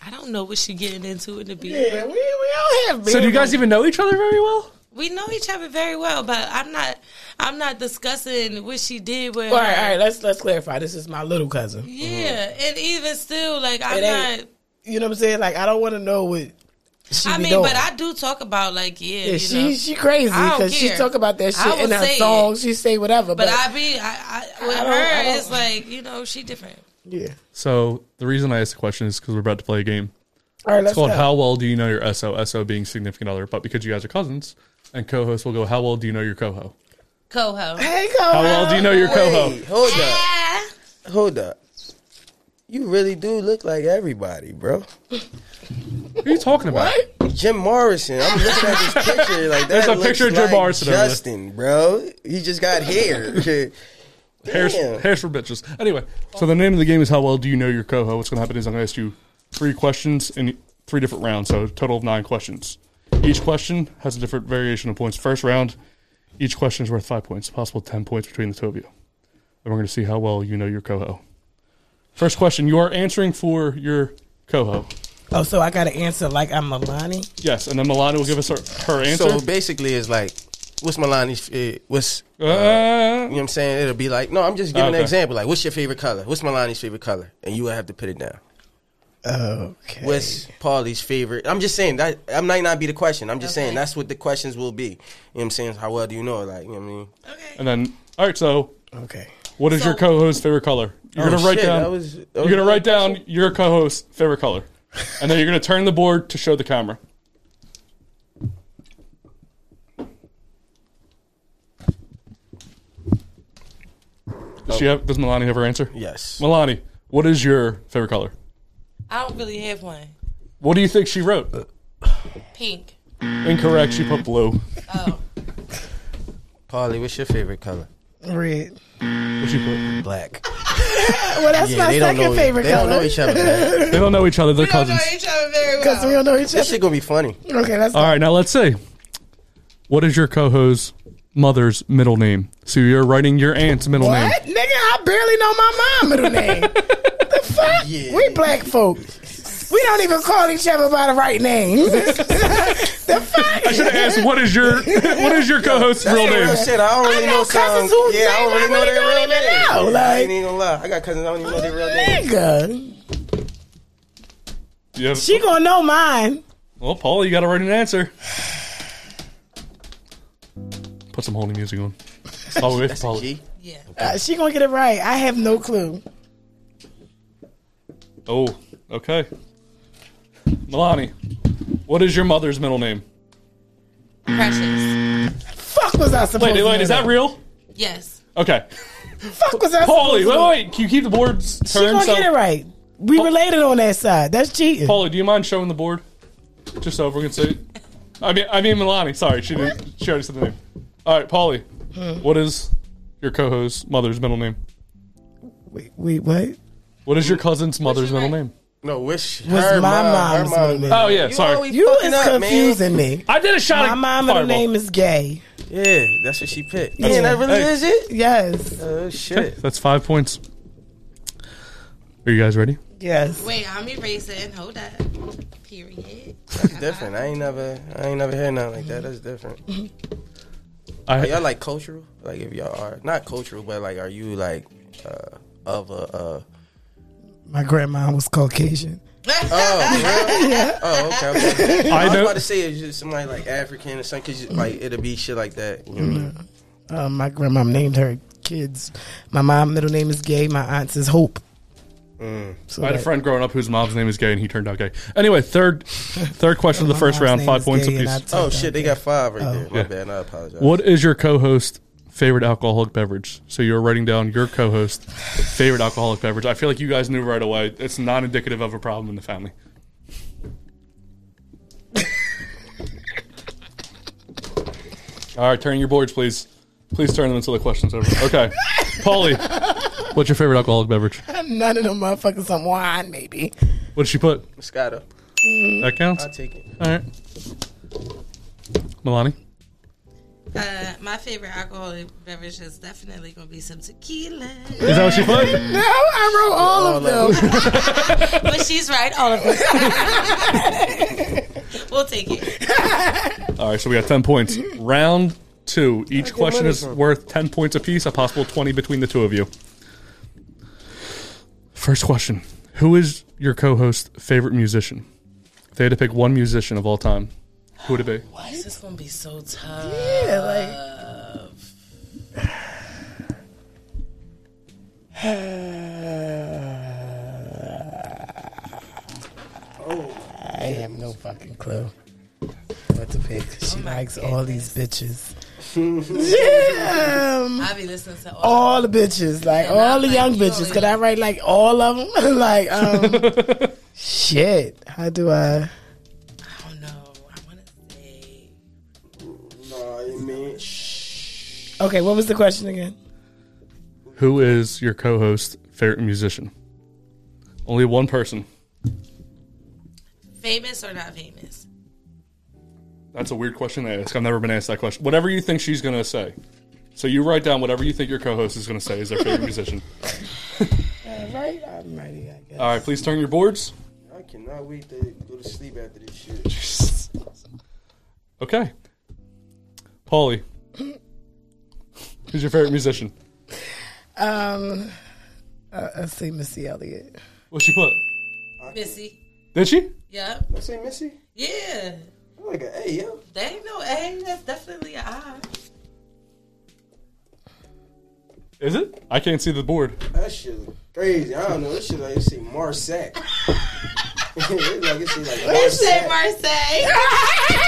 I don't know what she getting into in the bed. Yeah, we, we all have. So do you beer guys even know each other very well? we know each other very well, but I'm not I'm not discussing what she did with All her. right, all right. Let's let's clarify. This is my little cousin. Yeah, and even still, like I'm It ain't- not. You know what I'm saying? Like I don't want to know what she I be mean, doing. but I do talk about like yeah, yeah, you she know. she crazy I don't because she care. talk about that I shit in will her say it. songs. She say whatever, but, but I be I, I with I don't- I her, don't- it's like you know she different. yeah. So the reason I asked the question is because we're about to play a game. All right, It's let's called go. How Well Do You Know Your SO? SO being significant other, but because you guys are cousins and co hosts will go, How well do you know your coho? Coho. hey, go. How well do you know your coho? Hey, hold up, Ah, hold up. You really do look like everybody, bro. What are you talking about? Jim Morrison. I'm looking at this picture. Like that There's a looks picture of Jim like Morrison over there. Justin, bro. He just got hair. Hairs, Damn. hairs for bitches. Anyway, so the name of the game is How Well Do You Know Your Coho? What's going to happen is I'm going to ask you three questions in three different rounds, so a total of nine questions. Each question has a different variation of points. First round, each question is worth five points, possible 10 points between the two of you. And we're going to see how well you know your coho. First question you are answering for your coho. Oh, so I got to answer like I'm Milani. Yes, and then Milana will give us her, her answer. so basically, it's like, what's Milani's? eh, What's Uh, you know what I'm saying? It'll be like, no, I'm just giving Okay. an example. Like, what's your favorite color? What's Milani's favorite color? And you would have to put it down. Okay. What's Paulie's favorite? I'm just saying that I might not be the question. I'm just saying that's what the questions will be. You know what I'm saying? How well do you know? Like, you know what I mean? okay. and then, all right, so Okay. What is So- your co-host's favorite color? You're Oh, gonna write shit, down. that was- that you're was gonna another write down your co-host's favorite color, and then you're gonna turn the board to show the camera. Does she have? Does Milani have her answer? Yes. Milani, what is your favorite color? I don't really have one. What do you think she wrote? Pink. Incorrect. She put blue. Oh, Paulie, what's your favorite color? Red. What she put? Black. Well, that's Yeah, my they don't second know. favorite they color. don't know each other. man. They don't know each other. They're I know cousins. each other very well. Because we don't know each this other. shit gonna be funny. Okay, that's All right, now let's see. What is your co-host's mother's middle name? So you're writing your aunt's middle name. what, nigga. I barely know my mom middle name. the fuck? Yeah. We black folk. We don't even call each other by the right name. the fuck? I should have asked what is your what is your co-host's real Real name? shit. I don't really I know got some. cousins who Yeah, I name don't really I know really their don't real even name. know, I like- ain't even gonna lie. I got cousins I don't even know their real name. Nigga, Yeah. she gonna know mine. Well, Paul, you got to write an answer. Put some holding music on. Oh, wait, That's Paul. a G. Yeah. Uh, she gonna get it right. I have no clue. Oh, okay. Milani, what is your mother's middle name? Precious. Fuck was I supposed Wait, to? wait, is know that real? Yes. Okay. Fuck was I? supposed Paulie, to know? wait, wait. Can you keep the board turned? She gonna get it right. We related on that side. That's cheating. Paulie, do you mind showing the board? Just so everyone can see. I mean, I mean, Milani. Sorry, she didn't. She already said the name. All right, Paulie. What is your co-host's mother's middle name? Wait, wait, what? What is your cousin's mother's your middle name? name? No, wish Was her my mom, mom's her mom. middle name. Oh yeah, sorry. always You fucking is up, man. confusing me. I did a shot. My at mom middle Fireball. name is gay. Yeah, that's what she picked. Yeah, that really Hey. is it. Yes, Oh shit. That's five points. Are you guys ready? yes. Wait, I'm erasing. Hold up. Period. That's different. I ain't never, I ain't never heard nothing like that. That's different. Are y'all I, like cultural? Like if y'all are not cultural, but like are you like uh, of a? Uh, My grandma was Caucasian. oh, for real? oh, okay. okay. I I was about know. to say it's just somebody like African or something, cause you- like it'll be shit like that. You know Mm-hmm. what I mean? Uh, my grandma named her kids. My mom middle name is Gay. My aunt's is Hope. So I had a like, friend growing up whose mom's name is gay, and he turned out gay. Anyway, third, third question of my the first mom's round, name five is points Gay and I apiece. took Oh her. shit, they got five right there. My Yeah. bad, I apologize. What is your co-host favorite alcoholic beverage? So you're writing down your co-host favorite alcoholic beverage. I feel like you guys knew right away. It's not indicative of a problem in the family. All right, turn your boards, please. Please turn them until the question's over. Okay, Polly, what's your favorite alcoholic beverage? None of them motherfuckers. Some wine, maybe. What did she put? Moscato? That counts. I'll take it. All right, Milani. Uh, my favorite alcoholic beverage is definitely gonna be some tequila. Is that what she put? No, I wrote all of them. but she's right, all of us. we'll take it. All right, so we got 10 points. Round two. Each question is worth 10 points apiece, a possible 20 between the two of you. First question Who is your co host favorite musician? If they had to pick one musician of all time, who would it be? This is gonna be so tough. Yeah, like I have no fucking clue what to pick. She likes all these bitches. yeah, um, I be listening to all. all the bitches, like And all I'm the like, young you bitches. only- Could I write like all of them? like, um, shit. How do I? I don't know. I want to say Okay, what was the question again? Who is your co host favorite musician? Only one person. famous or not famous. That's a weird question to ask. I've never been asked that question. Whatever you think she's going to say. So you write down whatever you think your co host is going to say is their favorite musician. Right, I'm ready. I guess. All right, please turn your boards. I cannot wait to go to sleep after this shit. Okay. Paulie, who's your favorite musician? Um, uh, I see Missy Elliott. What she put? Missy. Did she? Yep. I say Missy. Yeah. I'm like, hey yo, They ain't no A. That's definitely an I. Is it? I can't see the board. that shit look crazy. I don't know. This shit like it's say Marsac. it's like it's like It's Marsac. Marseille.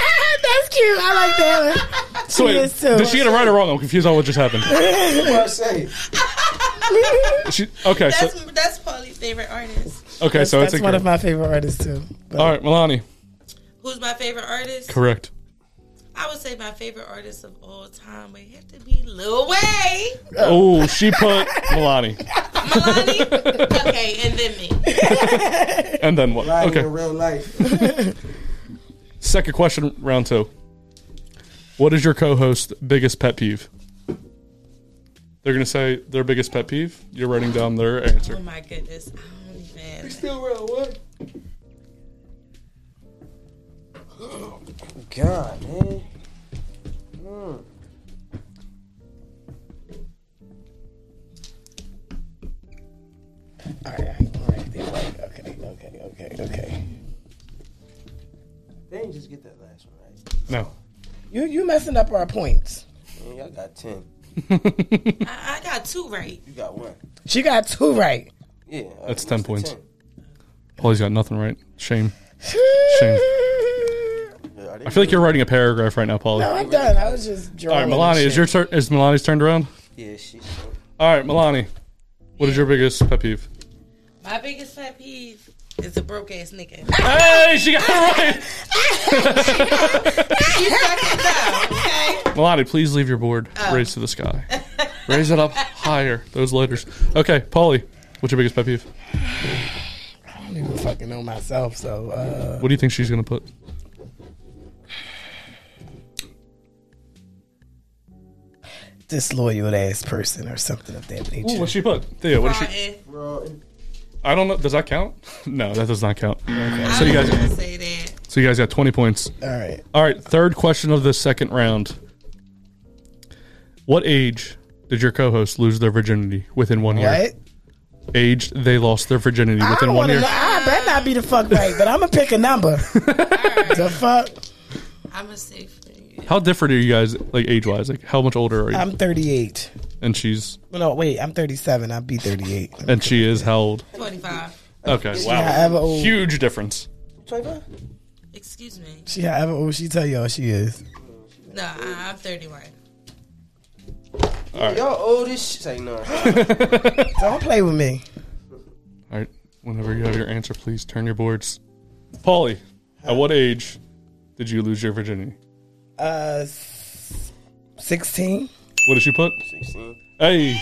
That's cute. I like that one. So wait, is too. did she get it right or wrong? I'm confused on what just happened. Marsac. She, okay, so That's that's Paulie's favorite artist. okay, so That's it's one of my favorite artists too. But All right, Milani. Who's my favorite artist? Correct. I would say my favorite artist of all time would have to be Lil Wayne. Oh, she put Milani, Milani. okay, and then me. and then what? Riding Okay. in real life. Second question, round two. What is your co-host biggest pet peeve? They're gonna say their biggest pet peeve. You're writing down their Oh answer. my goodness. I don't even. Still real what? God, man. Mm. all right, all right, they're like, okay, okay, okay, okay. They didn't just get that last one right. No. You you messing up our points. Man, y'all got ten. I, I got two right. You got one. She got two right. Yeah, That's alright, 10 what's the points. Paulie's got nothing right. Shame. Shame. no, Yeah, are they I feel like you're writing a paragraph right now, Paulie. Oh, I'm done. I was just All drawing. right, Milani, is your tur- is Milani's turned around? Yeah, she. All right, Milani, what is your biggest pet peeve? My biggest pet peeve is a broke ass nigga. Hey, she got it right. you suck it down, okay? Oh. Milani, please leave your board raised to the sky. Raise it up higher. Those letters. Okay, Paulie, what's your biggest pet peeve? I don't even fucking know myself. So uh, What do you think she's gonna put? disloyal ass person or something of that Ooh, nature. what's she put? Thea, what is she? Rotten. Bro, I don't know. Does that count? No, that does not count. So you guys, I say that. so you guys got twenty points. all right. All right, third question of the second round. What age did your co-host lose their virginity within one year? What? Age they lost their virginity I within don't one want to. year. I better not be the fuck right, but I'm gonna pick a number. the fuck. I'm a safe nigga. How different are you guys, like age wise? Like how much older are you? I'm 38. and she's No, wait. I'm 37. I'll be 38. and she is how old? 25. Okay, wow, However old, huge difference. twenty-five. Excuse me. she however old she tell y'all she is. No, I, I'm 31. Y'all old as shit. Like, no. Don't play with me. All right, whenever you have your answer, please turn your boards. Polly, at what age did you lose your virginity? Uh, s- 16. What did she put? Sixteen. Hey,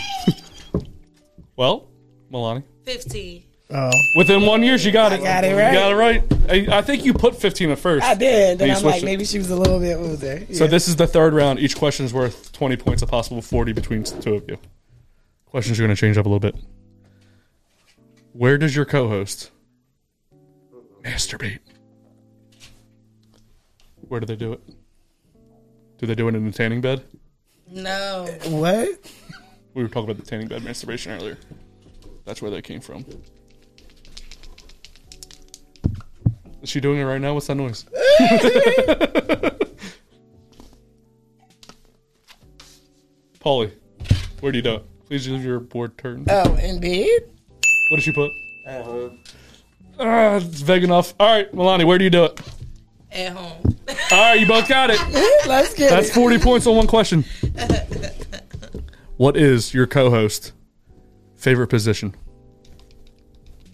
well, Milani. 15. Oh, Within one year, she got it. got it You right. Got it right. I, I think you put 15 at first. I did. Then You I'm switched like, it. maybe she was a little bit older. Yeah. So this is the third round. Each question is worth 20 points, a possible 40 between the two of you. Questions are going to change up a little bit. Where does your co-host masturbate? Where do they do it? Do they do it in the tanning bed? No. What? We were talking about the tanning bed masturbation earlier. That's where that came from. Is she doing it right now? What's that noise? Polly, where do you do it? Please use your board turn. Oh, in bed? What did she put? Ah, it's vague enough. All right, Milani, where do you do it? At home. All right, you both got it. Let's get That's 40 points on one question. What is your co host favorite position?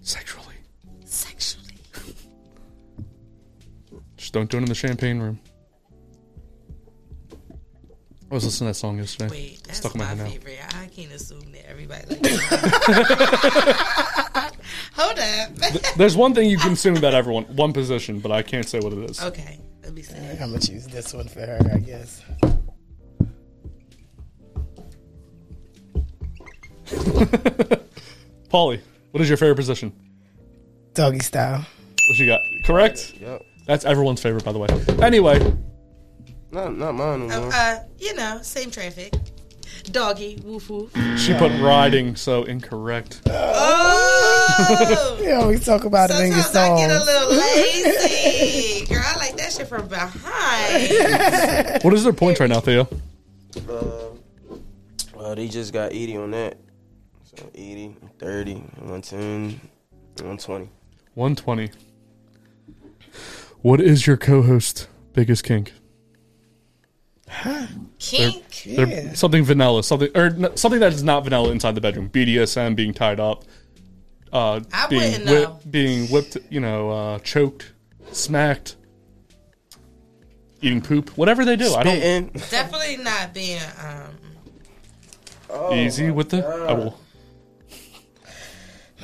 Sexually. Sexually. Just don't do it in the champagne room. I was listening to that song yesterday. Wait, that's Stuck in my my head now. favorite. I can't assume that everybody likes it. Hold up. There's one thing you can assume about everyone, one position, but I can't say what it is. okay. Let me see. I'm gonna choose this one for her, I guess. Polly, what is your favorite position? Doggy style. What you got? Correct? Yep. That's everyone's favorite, by the way. Anyway, Not, not mine no Um, more. uh, you know, same traffic. Doggy, woof woof. she put riding, so incorrect. Oh! We always talk about it in your Sometimes I get a songs. little lazy. Girl, I like that shit from behind. What is their points right now, Theo? Well, they just got 80 on that. So 80, 30, 110, 120. 120. What is your co host biggest kink? Kink. They're- Yeah. Something vanilla, something or n- something that is not vanilla inside the bedroom. BDSM, being tied up, uh, I being wouldn't know. whipped, being whipped, you know, uh, choked, smacked, eating poop, whatever they do. I don't Spitting. Definitely not being um easy Oh with the. I will.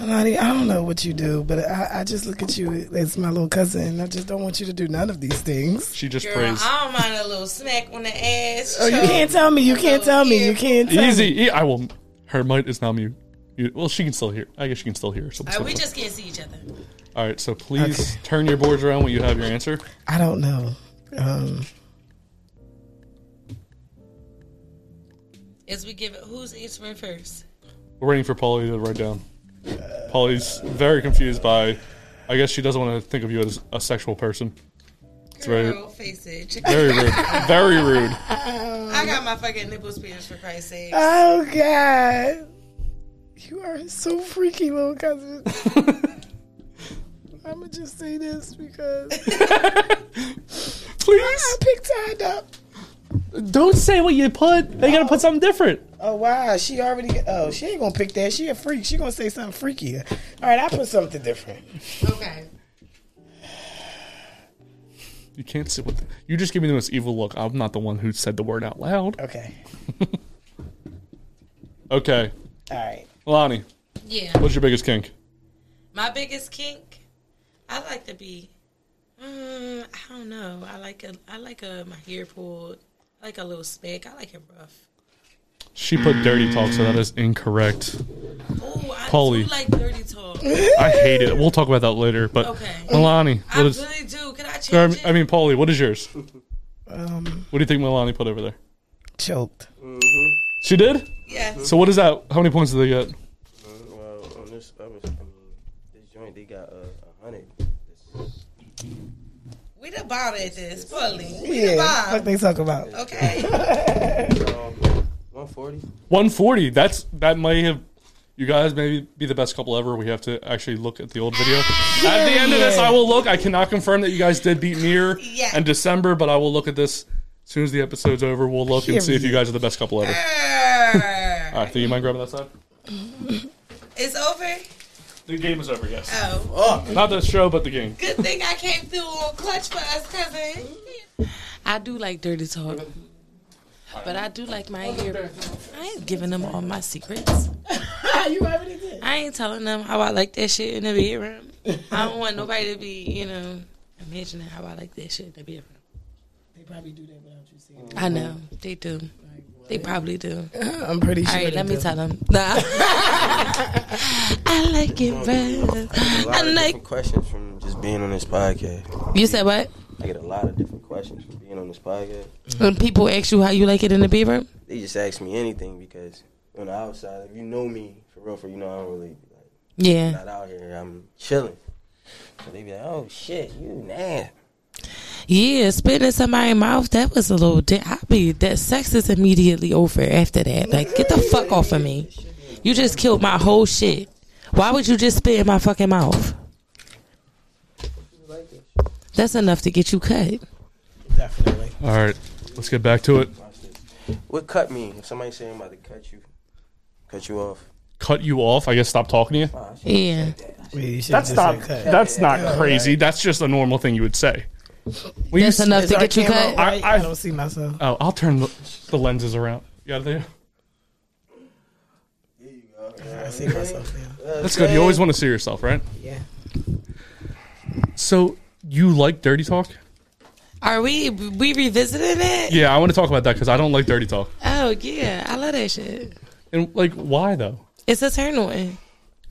Melanie, I don't know what you do, but I, I just look at you as my little cousin. I just don't want you to do none of these things. She just girl. praised. I don't mind a little smack on the ass. Oh, you can't tell me. You can't tell me. You can't tell Easy. me. e- I will. Her mic is now mute. mute. Well, she can still hear. I guess she can still hear. So Uh, we just can't see each other. All right. So please turn your boards around when you have your answer. I don't know. Um, Is we give it who's answering first? We're waiting for Polly to write down. Polly's very confused by. I guess she doesn't want to think of you as a sexual person. It's very, Girl, face it. very rude. Very rude. I got my fucking nipples pierced for Christ's sake. oh, God. You are so freaky, little cousin. I'm going to just say this because I Please picked Todd up. don't say what you put. They gotta put something different. Oh wow, she already. Oh, she ain't gonna pick that. She a freak. She gonna say something freaky. All right, I put something different. Okay. You can't sit with. You just give me the most evil look. I'm not the one who said the word out loud. Okay. Okay, All right. Lonnie, Yeah. what's your biggest kink? My biggest kink, I like to be. Mm, I don't know. I like a. I like a my hair pulled. I like a little speck. I like it rough. She put dirty talk, so that is incorrect. Oh, I Polly. do like dirty talk. I hate it. We'll talk about that later. But Okay. Milani, I what is? really do. Can I change I mean, it? I mean, Polly, what is yours? Um, What do you think Milani put over there? choked. She did. yeah. So what is that? How many points did they get? Well, on this, I was, I mean, this joint, they got uh, 100. We the bomb at this, Polly. We Yeah. the What bomb. they talk about? Okay. um, 140? 140. That's that might have. You guys may be the best couple ever. We have to actually look at the old video. At the end of this, I will look. I cannot confirm that you guys did beat Mir Yeah. and December, but I will look at this as soon as the episode's over. We'll look and see if you guys are the best couple ever. All right, do you mind grabbing that side? it's over. The game is over. Yes, Oh, Uh, not the show, but the game. good thing I came through on clutch for us, cousin. I do like dirty talk, but I do like my hair. I ain't giving them all my secrets. you already did. I ain't telling them how I like that shit in the bedroom. I don't want nobody to be, you know, imagining how I like that shit in the bedroom. They probably do that without you seeing. I know they do. They probably do. I'm pretty All sure. right, they let me do. tell them. Nah. I like it, bro. A lot I of like. different questions from just being on this podcast. You said what? I get a lot of different questions from being on this podcast. When people ask you how you like it in the beaver, They just ask me anything because on the outside, if you know me for real, for you know, I don't really like yeah, not out here. I'm chilling. So they be like, "Oh shit, you nasty." yeah, spitting in somebody's mouth that was a little. Di- I be that sex is immediately over after that. Like, get the fuck off of me. You just killed my whole shit. Why would you just spit in my fucking mouth? That's enough to get you cut. Definitely. All right, let's get back to it. What cut me? If somebody saying I'm about to cut you, cut you off. Cut you off. I guess stop talking to you. Yeah, That's not. That's not crazy. That's just a normal thing you would say. We that's enough to get you cut. I- I, I- I don't see myself. Oh, I'll turn the, the lenses around. You out of there? I see myself. Yeah. That's good. You always want to see yourself, right? yeah. So you like dirty talk? Are we we revisiting it? Yeah, I want to talk about that because I don't like dirty talk. Oh yeah, I love that shit. And like, why though? It's a turn on.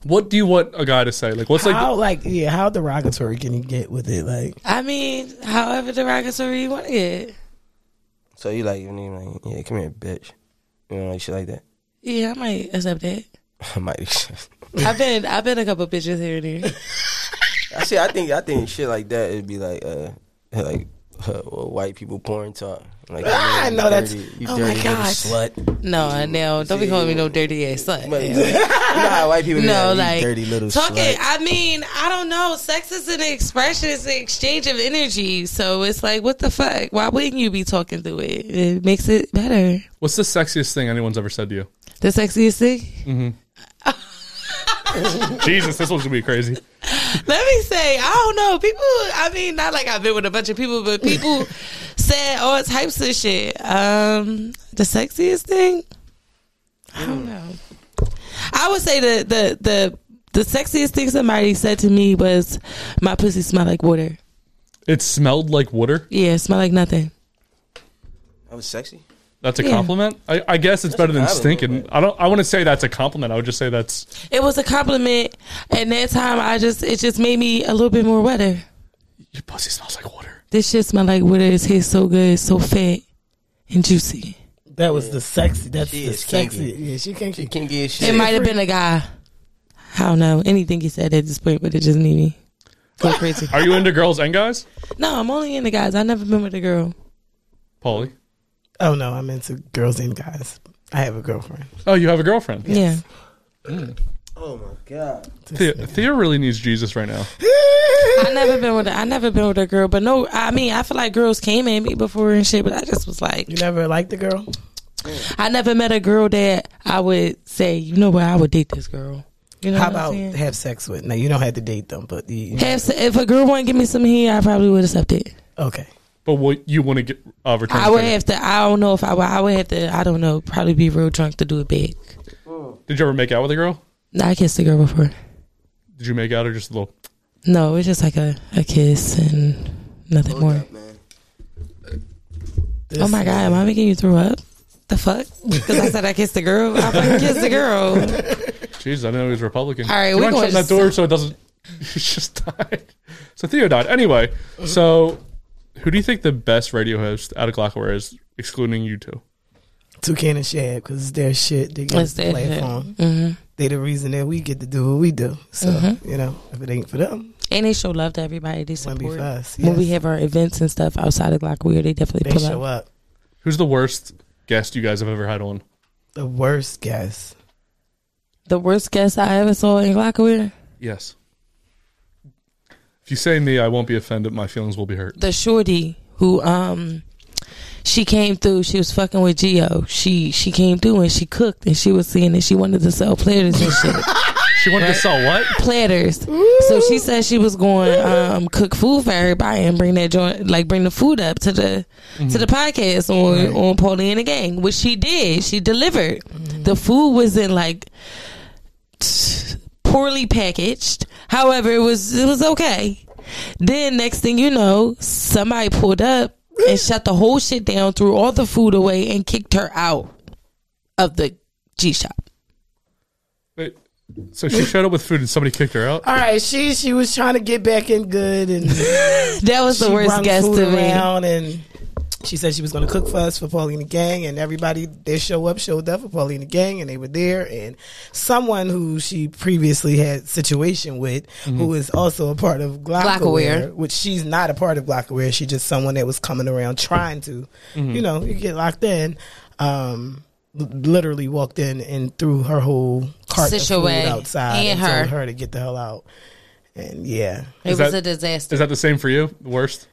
What do you want a guy to say? Like, what's like? how like yeah? How derogatory can you get with it? Like I mean, however derogatory you want to get. So you like, you need like, yeah, come here, bitch. You know, like shit like that. Yeah, I might accept that. I might. I've been I've been a couple bitches here and there. I see. I think. I think shit like that. It'd be like, uh, like uh, white people porn talk. Like, Ah, you I know that's- dirty- you oh my dirty little God. slut. No, no, don't be calling me no dirty ass slut. But, you know how white people do that, No, you like dirty little talking. slut. I mean, I don't know. Sex is an expression. It's an exchange of energy. So it's like, what the fuck? Why wouldn't you be talking through it? It makes it better. What's the sexiest thing anyone's ever said to you? The sexiest thing. Jesus, this one's gonna be crazy. Let me say, I don't know. People, I mean, not like I've been with a bunch of people, but people said all types of shit. Um, the sexiest thing, I don't know. I would say the the the the sexiest thing somebody said to me was, "My pussy smell like water." It smelled like water. Yeah, it smell like nothing. That was sexy. That's a Yeah. compliment. I, I guess it's better than valid, stinking. I don't. I want to say that's a compliment. I would just say that's. It was a compliment, and that time I just it just made me a little bit more wetter. Your pussy smells like water. This shit smell like water. It tastes so good, it's so fat and juicy. that was the sexy. That's She the is sexy. kinky. Yeah, she can. You can't get It shit. might have been a guy. I don't know. Anything he said at this point would have just made me go crazy. Are you into girls and guys, no, I'm only into guys. I've never been with a girl. Paulie? Oh no, I'm into girls and guys. I have a girlfriend. Oh, you have a girlfriend. oh my god. Thea, Thea really needs Jesus right now. Yeah. I never been with a, I never been with a girl, but no, I mean, I feel like girls came at me before and shit, but I just was like, You never liked the girl? I never met a girl that I would say, you know what, I would date this girl. You know How what about I'm saying? have sex with? Now you don't have to date them, but you, Have se- if a girl wanted to give me some here, I probably would accept it. okay. But what you want to get uh, return? I would favor. have to. I don't know if I would. I would have to. I don't know. Probably be real drunk to do it big. Did you ever make out with a girl? I kissed a girl before. Did you make out or just a little? No, it's just like a, a kiss and nothing more. Man. Oh my god, am I making you throw up? The fuck? Because I said I kissed the girl. I fucking kissed the girl. Jeez, I didn't know he was Republican. All right, Do you we mind going shutting that to- door so it doesn't. He just died. So Theo died. Anyway, so who do you think the best radio host out of Glockware is, excluding you two? Toucan and Shab because it's their shit. They get It's Mm-hmm. the their shit. platform. They the reason that we get to do what we do. So Mm-hmm. you know, if it ain't for them, And they show love to everybody. They it wouldn't support. be for us. When we Yes. have our events and stuff outside of Glockweir, they definitely they pull show up. up. Who's the worst guest you guys have ever had on? The worst guess. The worst guest I ever saw in Glockweir, Yes. If you say me, I won't be offended. My feelings will be hurt. the shorty who um she came through. She was fucking with Geo. She she came through and she cooked and she was seeing that she wanted to sell platters and shit. She wanted to sell what? platters. So she said she was going um cook food for everybody and bring that joint like bring the food up to the to the Mm-hmm. podcast on on Paulie and the Gang, which she did. She delivered. Mm-hmm. The food was in like poorly packaged. However, it was it was okay. Then next thing you know, somebody pulled up and shut the whole shit down, threw all the food away, and kicked her out of the G shop. Wait, So she showed up with food and somebody kicked her out. All right, she she was trying to get back in good, and the That was the worst guess to me. around, and she said she was going to cook for us for Pauline the Gang, and everybody that show up showed up for Pauline the Gang, and they were there, and someone who she previously had situation with, Mm-hmm. who is also a part of Glockaware, Glockaware. which she's not a part of Glockaware, she's just someone that was coming around trying to, Mm-hmm. you know, you get locked in. Um, l- literally walked in and threw her whole cart of food Situate outside and and, told her. her to get the hell out. And yeah, It Is was that- a disaster. Is that the same for you? The worst?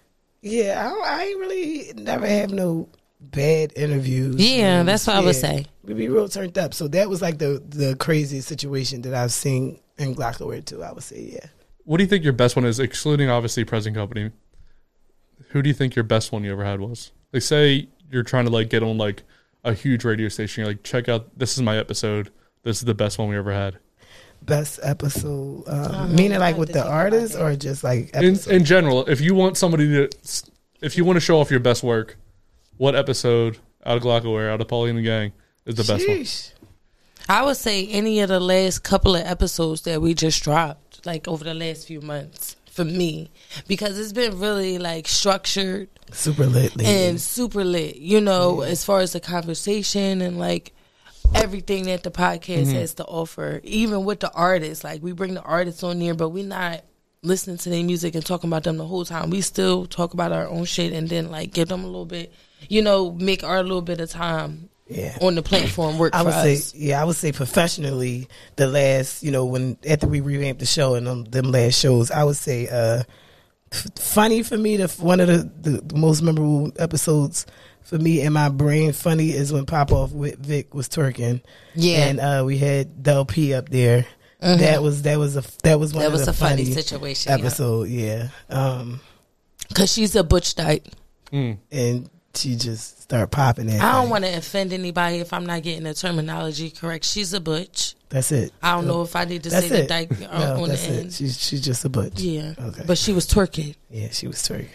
yeah, I, don't- I ain't really never have no bad interviews. Yeah, And that's what I would yeah, say. We be real turned up. So that was like the the craziest situation that I've seen in Glockaware too. I would say yeah. What do you think your best one is, excluding obviously present company? Who do you think your best one you ever had was? Like, say you're trying to like get on like a huge radio station. You're like, check out this is my episode. This is the best one we ever had. Best episode, um, meaning like with the artist or just like In episode? in general, if you want somebody to, if you want to show off your best work, what episode out of Glockaware, out of Paulie and the Gang is the best one? Sheesh. I would say any of the last couple of episodes that we just dropped, like over the last few months, for me, because it's been really like structured super lit. lady. and super lit, you know, as far as the conversation and like everything that the podcast Mm-hmm. has to offer, even with the artists. Like we bring the artists on there, but we're not listening to their music and talking about them the whole time. We still talk about our own shit and then like give them a little bit, you know, make our little bit of time Yeah. on the platform work I for would us. say, yeah, I would say professionally, the last, you know, when after we revamped the show and them, them last shows, I would say, uh, f- funny for me, the one of the, the, the most memorable episodes for me in my brain, funny is when Pop Off with Vic was twerking, Yeah. Mm-hmm. and uh, we had Del P up there. That was that was a that was one That of was the a funny funny situation, yeah. episode, yeah. Um, Cause she's a butch dyke. and she just started popping it. I don't want to offend anybody if I'm not getting the terminology correct. She's a butch. That's it. I don't know if I need to That's say it. the dyke uh, No, on on the that's end. it. She's she's just a butch. Yeah, Okay. but she was twerking yeah, she was twerking.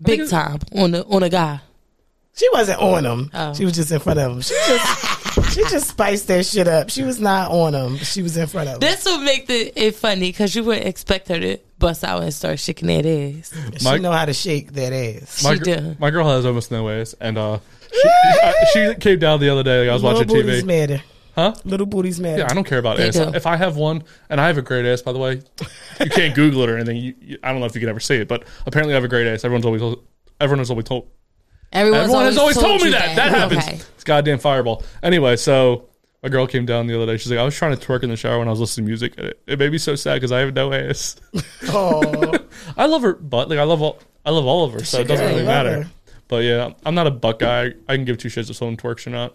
big time on the on a guy. She wasn't on him. Oh. She was just in front of him. She just she just spiced that shit up. She was not on him. She was in front of him. That's what make the, it funny because you wouldn't expect her to bust out and start shaking that ass. she Mike- know how to shake that ass. My, She gir- did. my girl has almost no ways, and uh, she, I- she came down the other day. Like, I was watching Little booties TV. matter. Huh? Little booties matter. Yeah, I don't care about They ass. do. If I have one, and I have a great ass, by the way, you can't Google it or anything. You, you, I don't know if you can ever see it, but apparently I have a great ass. Everyone's always everyone has always told Everyone's everyone has always told me you that. That happens. Okay. It's goddamn fireball. Anyway, so my girl came down the other day. She's like, I was trying to twerk in the shower when I was listening to music. It, it made me so sad because I have no ass. Oh, I love her butt. Like I love all I love all of her, so it doesn't Yeah, I really love matter. her. But yeah, I'm not a butt guy. I can give two shits if someone twerks or not.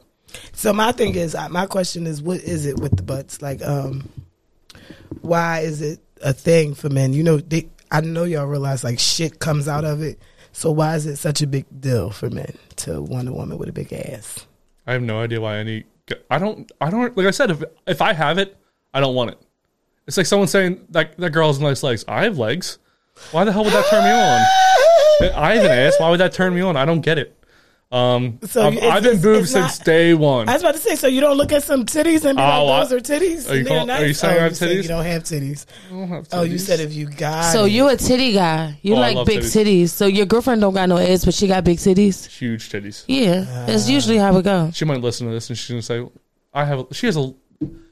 so my thing is, I- my question is, what is it with the butts? Like, um, why is it a thing for men? You know, they, I know y'all realize like shit comes out of it. So why is it such a big deal for men to want a woman with a big ass? I have no idea why any. I don't. I don't. Like I said, if if I have it, I don't want it. It's like someone saying that that girl has nice legs. I have legs. Why the hell would that turn me on? I have an ass. Why would that turn me on? I don't get it. Um, So I've, you- it's- I've been it's- boobed it's since not- day one. I was about to say, so you don't look at some titties and be Oh, I- like, those are titties. Are you and they're call- are you nice? saying oh, I have you said titties? You don't have titties. don't have Oh, you titties. said if you got So it. you a titty guy. You Oh, I like love big titties. titties. So your girlfriend don't got no ass, but she got big titties. huge titties. Yeah, Ah. that's usually how it goes. She might listen to this and she's gonna say, "I have." a- She has a.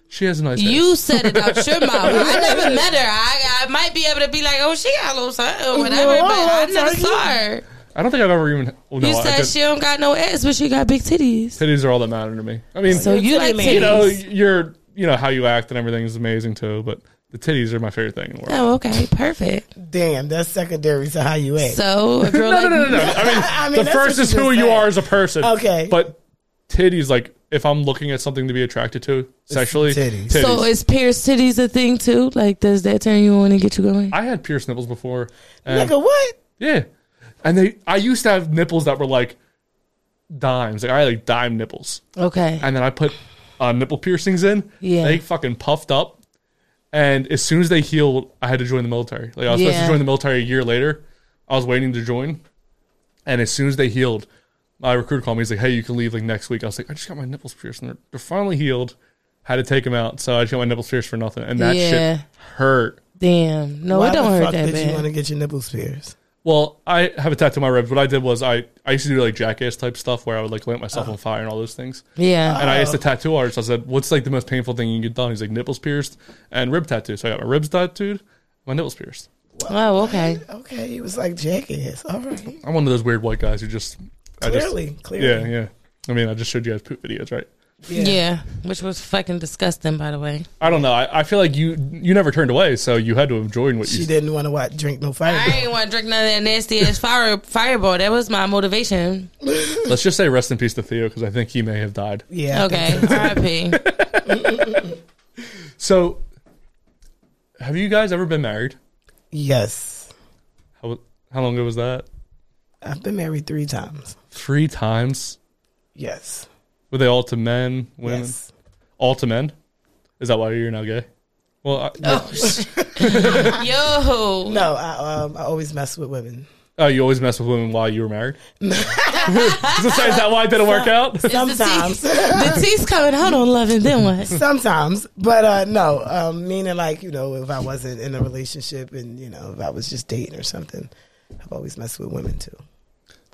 She has a nice. ass. You said it out your mouth. I never met her. I, I might be able to be like, oh, she got a little something or whatever, Well, but I I'm never sorry. saw her. I don't think I've ever even. Well, no, you I said did- she don't got no ass, but she got big titties. titties are all that matter to me. I mean, So you like mean. titties? you know, you're you know how you act and everything is amazing too, but the titties are my favorite thing in the world. oh, okay, perfect. damn, that's secondary to how you act. So a Oh, girl No, no, like no, no, no. I mean, I mean, the that's first what is you who just you said. are as a person. Okay. but titties, like if I'm looking at something to be attracted to sexually, titties. titties. So is pierced titties a thing too? Like, does that turn you on and get you going? I had pierced nipples before. and- Nigga, Oh, what? yeah, and they I used to have nipples that were like dimes. Like I had like dime nipples. Okay. and then I put uh, nipple piercings in. Yeah. they fucking puffed up. And as soon as they healed, I had to join the military. Like I was supposed Yeah. to join the military a year later. I was waiting to join, and as soon as they healed, my recruiter called me. He's like, "Hey, you can leave like next week." I was like, "I just got my nipples pierced, and they're, they're finally healed." Had to take them out, so I just got my nipples pierced for nothing, and that Yeah. shit hurt. Damn. No, Why it don't the hurt fuck that did you want bad. to get your nipples pierced? Well, I have a tattoo on my ribs. What I did was I, I used to do like jackass type stuff where I would like light Uh-huh. myself on fire and all those things. Yeah. And I asked the tattoo artist, I said, "What's like the most painful thing you can get done?" He's like, "Nipples pierced and rib tattoo." So I got my ribs tattooed, my nipples pierced. oh, okay. Okay, it was like jackass. All right, I'm one of those weird white guys who just I just- clearly, clearly. yeah, yeah. I mean, I just showed you guys poop videos, right? Yeah. Which was fucking disgusting, by the way. I don't know. I, I feel like you you never turned away, so you had to have joined what She you. didn't want to watch drink no fire. I didn't want to drink none of that nasty ass fire, fireball. That was my motivation. Let's just say rest in peace to Theo because I think he may have died. yeah. I Okay. R.I.P. So, have you guys ever been married? Yes, How how long ago was that? I've been married three times. Three times. Yes. Were they all to men? Women? Yes. All to men? Is that why you're now gay? Well, Uh, I, Oh, shit. Yo. No, I um I always mess with women. oh, you always mess with women while you were married. is, that- is that why it didn't work out? Sometimes. The tea's coming. Hold on, love, and then what? Sometimes, but uh, no, um, meaning like you know, if I wasn't in a relationship and you know, if I was just dating or something, I've always messed with women too.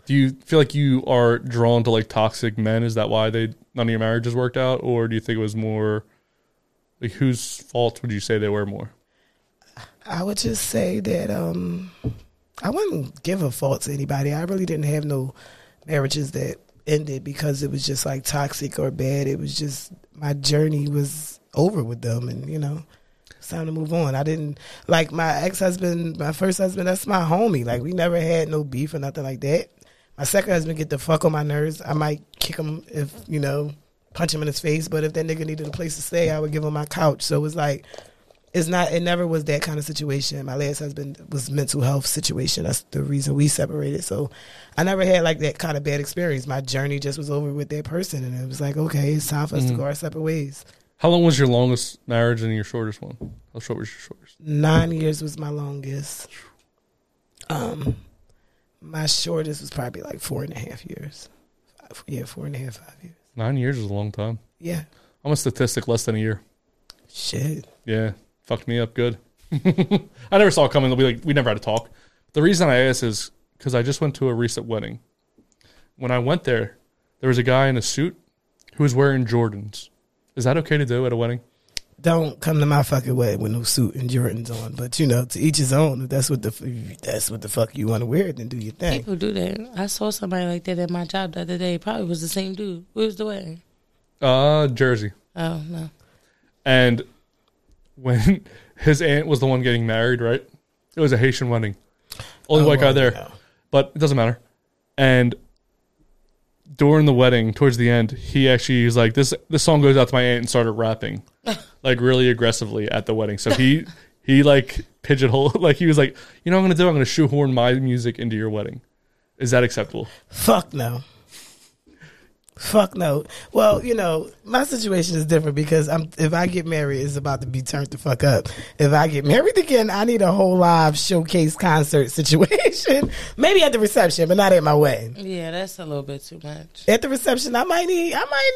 Do you feel like you are drawn to like toxic men? Is that why they none of your marriages worked out, or do you think it was more like whose fault would you say they were more? I would just say that um, I wouldn't give a fault to anybody. I really didn't have no marriages that ended because it was just like toxic or bad. It was just my journey was over with them, and you know, it's time to move on. I didn't like my ex husband, my first husband. That's my homie. Like we never had no beef or nothing like that. My second husband get the fuck on my nerves. I might kick him if you know, punch him in his face. But if that nigga needed a place to stay, I would give him my couch. So it was like it's not it never was that kind of situation my last husband was mental health situation that's the reason we separated so i never had like that kind of bad experience my journey just was over with that person and it was like okay it's time for us to go our separate ways How long was your longest marriage and your shortest one? How short was your shortest? nine years was my longest um my shortest was probably like four and a half years Five- yeah four and a half five years Nine years is a long time. yeah I'm a statistic less than a year. shit Yeah, fucked me up good. I never saw it coming. We like we never had to talk. The reason I asked is because I just went to a recent wedding. When I went there, there was a guy in a suit who was wearing Jordans. Is that okay to do at a wedding? don't come to my fucking way with no suit and Jordans on, but you know, to each his own. If that's what the f- that's what the fuck you want to wear, then do your thing. People do that. I saw somebody like that at my job the other day. Probably was the same dude. Where was the wedding? Uh, Jersey. Oh no. And when his aunt was the one getting married, right? It was a Haitian wedding. Only Oh, white guy well, there. yeah. But it doesn't matter. And during the wedding, towards the end, he actually is like, This this song goes out to my aunt and started rapping. like really aggressively at the wedding. So he he like pigeonholed like he was like, You know what I'm gonna do? I'm gonna shoehorn my music into your wedding. Is that acceptable? Fuck no. Fuck no. Well, you know, my situation is different because I'm if I get married, it's about to be turned the fuck up. If I get married again, I need a whole live showcase concert situation. Maybe at the reception, but not at my wedding. Yeah, that's a little bit too much. At the reception, I might need I might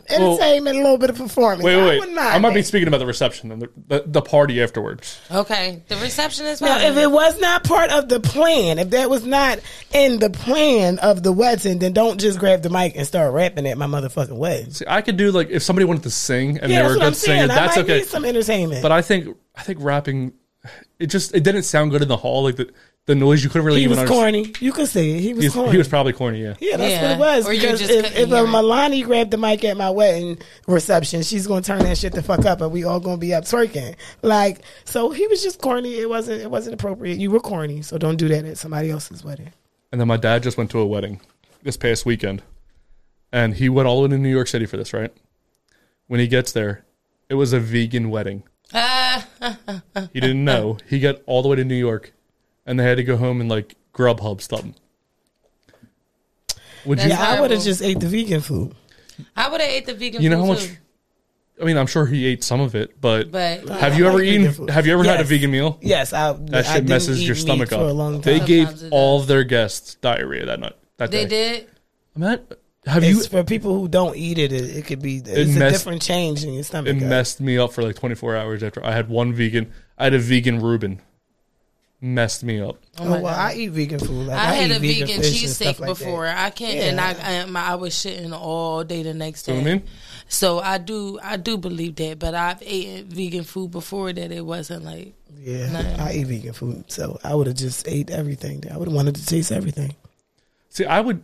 need some entertainment, a little bit of performance. Wait, I wait, would wait. not I might be mind. speaking about the reception and the, the, the party afterwards. Okay, the reception is Now, fine. if it was not part of the plan, if that was not in the plan of the wedding, then don't just grab the mic and start rapping at my motherfucking wedding. See, I could do like if somebody wanted to sing and Yeah, that's they were a what good I'm singer, saying. I that's might okay. need some entertainment. But I think I think rapping, it just it didn't sound good in the hall. Like the the noise you couldn't really he even was understand. corny. You could say it. He was He was, corny. he was probably corny. Yeah. yeah, that's Yeah. what it was. Or you because just if, couldn't if a hear it. Milani grabbed the mic at my wedding reception, she's gonna turn that shit the fuck up, and we all gonna be up twerking. Like, so he was just corny. It wasn't. It wasn't appropriate. You were corny, so don't do that at somebody else's wedding. And then my dad just went to a wedding this past weekend, and he went all the way to New York City for this. Right. When he gets there, it was a vegan wedding. Uh, he didn't know. He got all the way to New York, and they had to go home and like Grubhub something. Would That's you? Yeah, I would have horrible. just ate the vegan food. I would have ate the vegan. You know food how much? too, I mean, I'm sure he ate some of it, but but Have you I ever like vegan eaten? food. Have you ever had a Yes. vegan meal? Yes, I. That I shit didn't messes eat your meat stomach for up. a long They time. Sometimes gave it all of their guests diarrhea that night. That they day. did. I'm at- Have It's you? for people who don't eat it. It, it could be it's a messed- different change in your stomach. It messed me up for like 24 hours after I had one vegan. I had a vegan Reuben. Messed me up. Oh, well, I eat vegan food. Like, I, had eat a vegan fish and stuff cheesesteak like that. before. I can't, and I, I my- I was shitting all day the next You day. know what I mean? So I do I do believe that, but I've eaten vegan food before that it wasn't like Yeah, Nah. I eat vegan food, so I would have just ate everything. I would have wanted to taste everything. See, I would.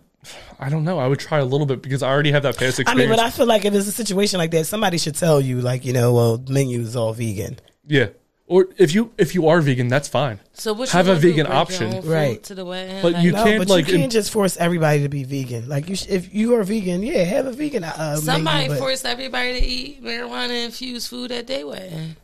I don't know. I would try a little bit because I already have that past I experience. mean, but I feel like if it's a situation like that, somebody should tell you, like you know, well, menu is all vegan. yeah. Or if you if you are vegan, that's fine. so. What you Have a gonna do, vegan break your option. own food Right. To the wedding, But Like, you No, can't, but like, you can't in- just force everybody to be vegan. Like you, sh- if you are vegan, yeah, have a vegan. Uh, somebody menu, but forced everybody to eat marijuana infused food at their wedding.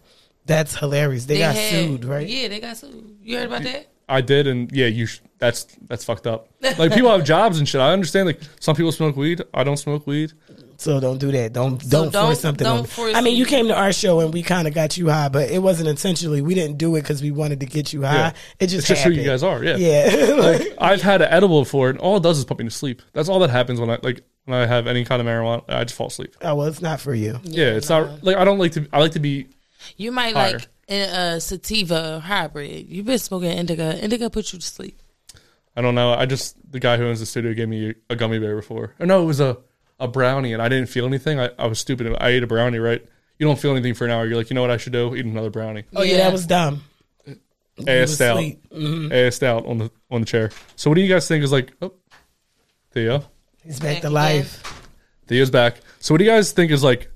That's hilarious. They, got had- sued, right? Yeah, they got sued. You heard about that? I did, and yeah, you. Sh- that's that's fucked up. Like people have jobs and shit. I understand. Like some people smoke weed. I don't smoke weed. So don't do that. Don't don't, don't- force something. don't on me. force I mean, you it. came to our show and we kind of got you high, but it wasn't intentionally. We didn't do it because we wanted to get you high. Yeah. It just It's just who you happened. guys are. Yeah. Yeah, like, I've had an edible before, and all it does is put me to sleep. That's all that happens when I like when I have any kind of marijuana. I just fall asleep. oh well, it's not for you. Yeah, it's not like I don't like to. I like to be. You might Higher. like in a sativa hybrid. You've been smoking indica. Indica put you to sleep. I don't know. I just the guy who owns the studio gave me a gummy bear before. Or no, it was a a brownie, and I didn't feel anything. I, I was stupid. I ate a brownie, right? You don't feel anything for an hour. You're like, you know what I should do? Eat another brownie. Oh yeah, that was dumb. assed was out, sweet. Mm-hmm. assed out on the on the chair. So what do you guys think is like? Oh, Theo, He's back, Back to again. life. Theo's back. So what do you guys think is like?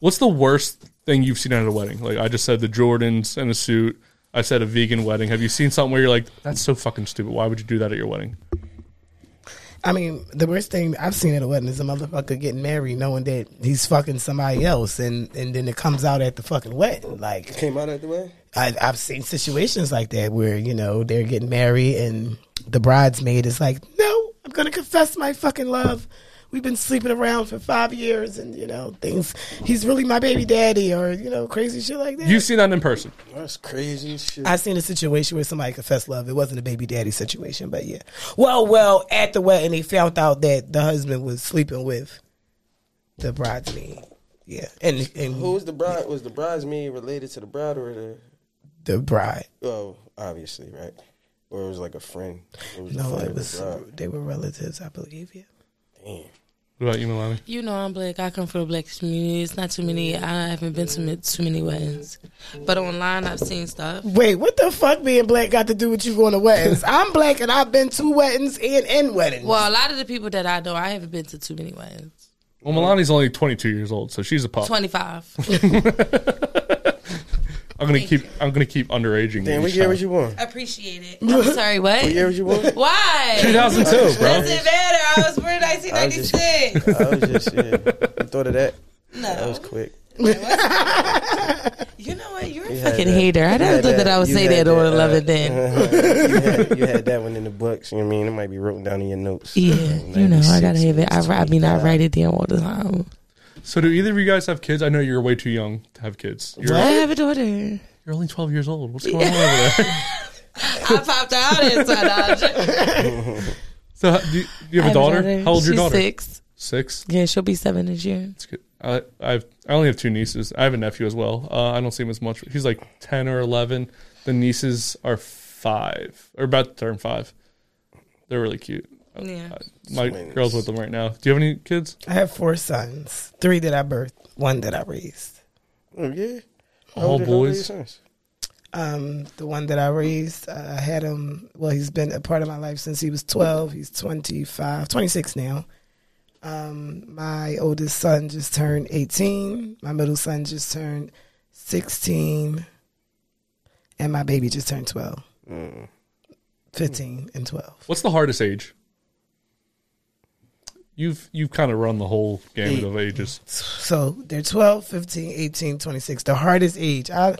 What's the worst thing you've seen at a wedding? Like I just said, the Jordans and a suit. I said a vegan wedding. Have you seen something where you're like, that's so fucking stupid? Why would you do that at your wedding? I mean, the worst thing I've seen at a wedding is a motherfucker getting married knowing that he's fucking somebody else, and and then it comes out at the fucking wedding. Like Came out at the way. I, I've seen situations like that where you know they're getting married and the bridesmaid is like, "No, I'm gonna confess my fucking love. We've been sleeping around for five years, and you know things. He's really my baby daddy, or you know crazy shit like that." You've seen that in person. That's crazy as shit. I've seen a situation where somebody confessed love. It wasn't a baby daddy situation, but yeah. Well, well, at the wedding, they found out that the husband was sleeping with the bridesmaid. Yeah, and Who and was the bride? Was the bridesmaid related to the bride or the? the bride. Oh, obviously, right? Or it was like a friend. It was the No, friend Oh, it of the was bride. they were relatives, I believe. Yeah. Damn. What about you, Milani? You know I'm black. I come from the black community. It's not too many. I haven't been to ma- too many weddings, but online I've seen stuff. Wait, what the fuck being black got to do with you going to weddings? I'm black and I've been to weddings and in weddings. Well, a lot of the people that I know, I haven't been to too many weddings. Well, Milani's only 22 years old, so she's a pop. Twenty five. I'm gonna keep. I'm gonna keep underaging. Damn, what each year time. was you born? Appreciate it. I'm sorry. What? What year was you born? Why? 2002, bro. Doesn't matter. I was born in 1996. I was just yeah. You thought of that? That was No. quick. You know what? You're a had fucking that. hater. I You never had thought that I would You say had that on uh, 11 then. you, had, you had that one in the books. You know what I mean? It might be written down in your notes. Yeah, you know, I gotta 96, have it. I, ri- I mean, I write it down all the time. So, do either of you guys have kids? I know you're way too young to have kids. You're, I have a daughter. you're only 12 years old. What's going on over there? I popped out inside. So, do you, you have a daughter? How old's your She's daughter? Six. Six. Yeah, she'll be seven this year. That's good. I, I've I only have two nieces. I have a nephew as well. Uh, I don't see him as much. He's like ten or eleven. The nieces are five or about to turn five. They're really cute. Yeah. My Twins. girl's with them right now. Do you have any kids? I have four sons, three that I birthed, one that I raised. Oh yeah. How All old- how old are your boys? sons? Um, the one that I raised, uh, I had him. Well, he's been a part of my life since he was 12. He's 25, 26 now. Um, my oldest son just turned 18. My middle son just turned 16. And my baby just turned 12. 15 and 12. What's the hardest age? You've you've kind of run the whole gamut of ages. So they're 12, 15, 18, 26. The hardest age. I,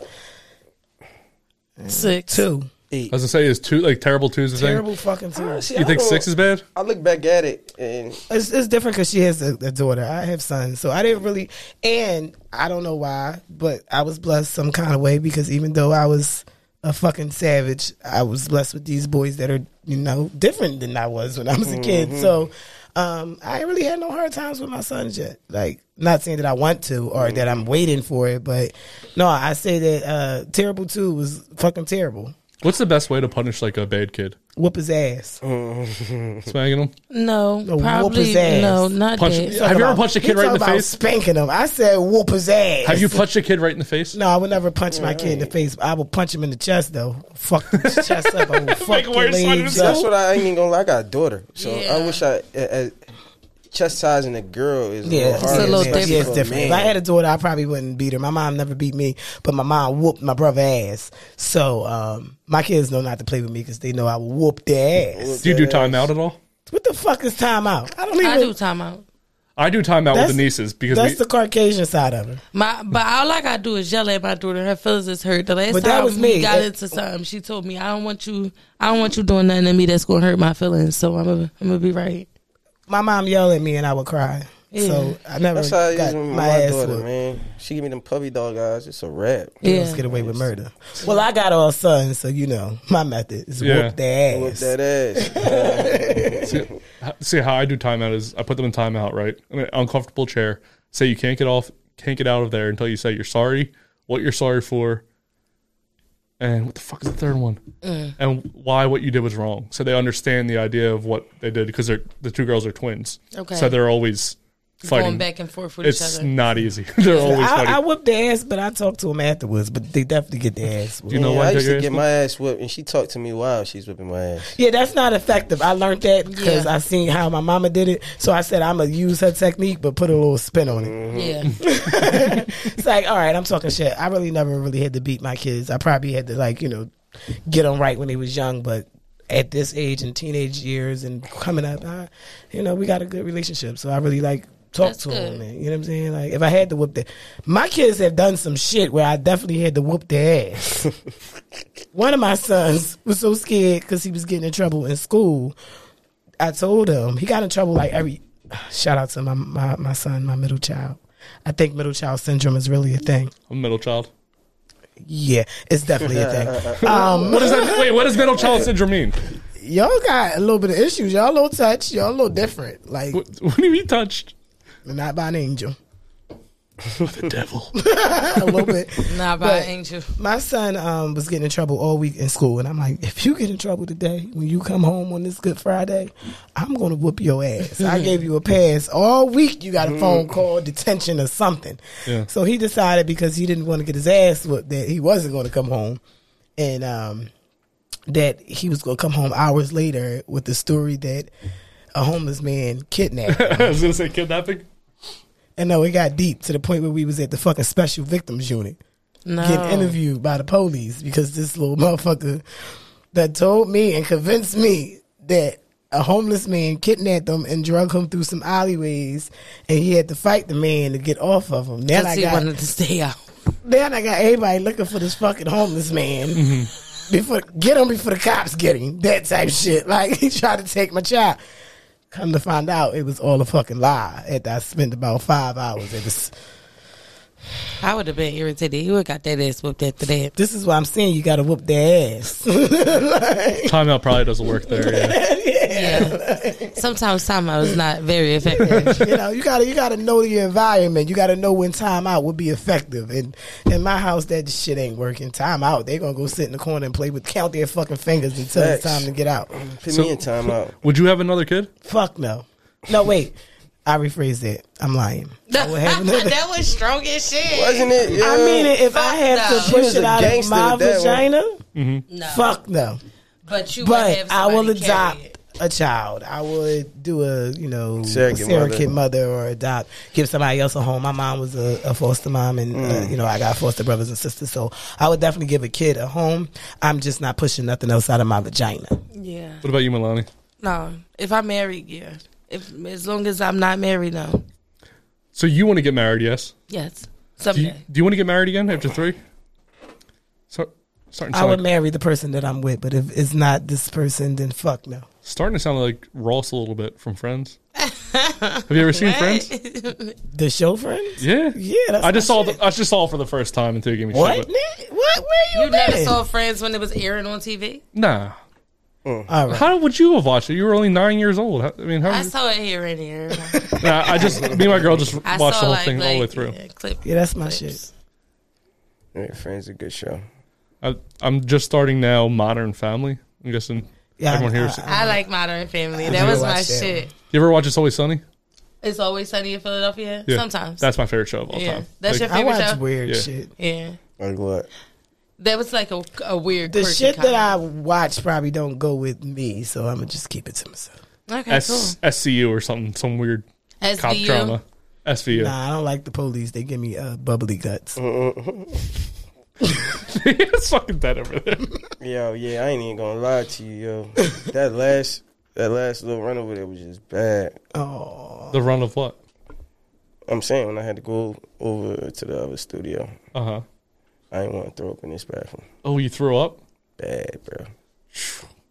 Six. two. I was gonna say is two like terrible twos. Terrible Terrible. fucking two. See, You I think don't- six is bad? I look back at it and It's, it's different because she has a, a daughter. I have sons, so I didn't really. And I don't know why, but I was blessed some kind of way because even though I was a fucking savage, I was blessed with these boys that are you know different than I was when I was a kid. So Um, I ain't really had no hard times with my sons yet. Like, not saying that I want to or that I'm waiting for it, but no, I say that uh, terrible two was fucking terrible. What's the best way to punish like a bad kid? Whoop his ass. Smacking him? No, whoop probably his ass. no, not Punch- that. Have you ever About- punched a he kid right in talking the about face? Spanking him. I said whoop his ass. Have you punched a kid right in the face? No, I would never punch my kid in the face. I will punch him in the chest though. Fuck his chest up. I will fuck your worse when it's legs up. up. That's what I, I ain't even gonna lie. I got a daughter, so Yeah. I wish I uh, uh, chastising a girl is Yeah, little harder, a little especially different. for It's different. If I man. had a daughter, I probably wouldn't beat her. My mom never beat me, but my mom whooped my brother ass. So um, my kids know not to play with me because they know I will whoop their ass. Do you do timeout at all? What the fuck is time out? I don't even. I do time out. I do timeout That's- with the nieces because That's we, the Caucasian side of it. My, but all I gotta do is yell at my daughter. Her feelings is hurt. The last But that time was we me. got That- into something, she told me, "I don't want you. I don't want you doing nothing to me that's gonna hurt my feelings." So I'm gonna, I'm gonna be right. My mom yelled at me and I would cry. Yeah. So I never That's how it got is my, with my, ass daughter, whooped. man. She give me them puppy dog eyes. It's a wrap. Girls Yeah. get away with murder. Well, I got all sons, so you know my method is Yeah. whoop their ass. Whoop that ass. Uh, see, see how I do timeout is I put them in timeout, right? In an uncomfortable chair. Say you can't get off, can't get out of there until you say you're sorry, what you're sorry for, and what the fuck is the third one, Mm. and why what you did was wrong. So they understand the idea of what they did because they're the two girls are twins. Okay. so they're always fighting Going back and forth with each It's other. not easy. they're always fighting. I, I whooped their ass, but I talked to them afterwards. But they definitely get their ass. Whooped. you know Yeah, why I I used your to ass get my ass whipped, and she talked to me while she's whipping my ass. Yeah, that's not effective. I learned that because Yeah. I seen how my mama did it. So I said I'm gonna use her technique, but put a little spin on it. Yeah, It's like, all right, I'm talking shit. I really never really had to beat my kids. I probably had to like you know get them right when they was young, but at this age and teenage years and coming up, I, you know, we got a good relationship. So I really like. Talk That's to good. them, man. You know what I'm saying? Like, if I had to whoop their, my kids have done some shit where I definitely had to whoop their ass. one of my sons was so scared because he was getting in trouble in school. I told him he got in trouble like every. Shout out to my my, my son, my middle child. I think middle child syndrome is really a thing. I'm a middle child. Yeah, it's definitely a thing. Um, What does that? Wait, what does middle child syndrome mean? y'all got a little bit of issues. Y'all a little touch. Y'all a little different. Like What, what do you mean touched? not by an angel. The devil. A little bit. not by But- angel. my son um, was getting in trouble all week in school, and I'm like, if you get in trouble today, when you come home on this Good Friday, I'm gonna whoop your ass. I gave you a pass all week. You got a phone call, detention, or something. Yeah. So he decided because he didn't want to get his ass whooped that he wasn't going to come home, and um, that he was going to come home hours later with the story that a homeless man kidnapped. him. I was gonna say kidnapping. and no, it got deep to the point where we was at the fucking special victims unit No. getting interviewed by the police because this little motherfucker that told me and convinced me that a homeless man kidnapped him and drug him through some alleyways, and he had to fight the man to get off of him. Then Because I he got wanted to stay out. then I got everybody looking for this fucking homeless man. Before get him before the cops get him, that type shit. Like he tried to take my child. Come to find out, it was all a fucking lie. After I spent about five hours at this I would have been irritated. He would have got that ass whooped after that. this is why I'm saying you got to whoop their ass. Like, Timeout probably doesn't work there. Yeah. Yeah. Sometimes time I was not very effective. you know, you gotta you gotta know your environment. You gotta know when time out would be effective. And in my house, that shit ain't working. Time out, they gonna go sit in the corner and play with count their fucking fingers until it's Facts. time to get out. Put So- me in timeout. Would you have another kid? Fuck no, no wait. I rephrased that. I'm lying. I would have another- that was strong as shit. Wasn't it? Yeah. I mean, if I had Fuck to no. push She was it a out of gangster my with that one. vagina, No. fuck no. But you would have But I will somebody carry adopt it. a child. I would do a you know Surrogate a surrogate mother. or adopt, give somebody else a home. My mom was a, a foster mom, and uh, you know I got foster brothers and sisters, so I would definitely give a kid a home. I'm just not pushing nothing else out of my vagina. Yeah. What about you, Milani? No. If I'm married, yeah. If as long as I'm not married, no. So you want to get married? Yes. Yes. Do you, Someday. do you want to get married again after three? So, starting to I sound would like, marry the person that I'm with, but if it's not this person, then fuck no. starting to sound like Ross a little bit from Friends. have you ever seen Friends? The show friends? Yeah. Yeah, that's I just my saw. shit. The, I just saw it for the first time until you gave me What? Shit, nigga? What? Where you, You never been? saw Friends when it was airing on TV? but, nah. All right. How would you have watched it? You were only nine years old. How- I mean, how? I saw it here and here. Nah, I just me and my girl just I watched saw the whole like, thing like all the way through. yeah, clip. Yeah, that's my shit. clips. Yeah, Friends is a good show. I, I'm just starting now. Modern Family. I'm guessing Yeah, everyone I- here's. I- I like Modern Family. That never was my watched that shit. you ever watch It's Always Sunny? It's always sunny in Philadelphia. Yeah. Sometimes. That's my favorite show of all Yeah. time. That's Like, your- I Favorite watch show? weird Yeah. shit. yeah. Like what? That was like a, a weird. The quirky shit that comment. I watch probably don't go with me, so I'm gonna just keep it to myself. Okay, S- SCU or something. Some weird cool. cop SVU. drama. SVU. Nah, I don't like the police. They give me uh, bubbly guts. it's fucking dead over there. Yo, yeah, I ain't even gonna lie to you, yo. that last that last little run over there was just bad. Oh, The run of what? I'm saying when I had to go over to the other studio, Uh huh. I didn't want to throw up in this bathroom. Oh, you threw up. Bad, bro.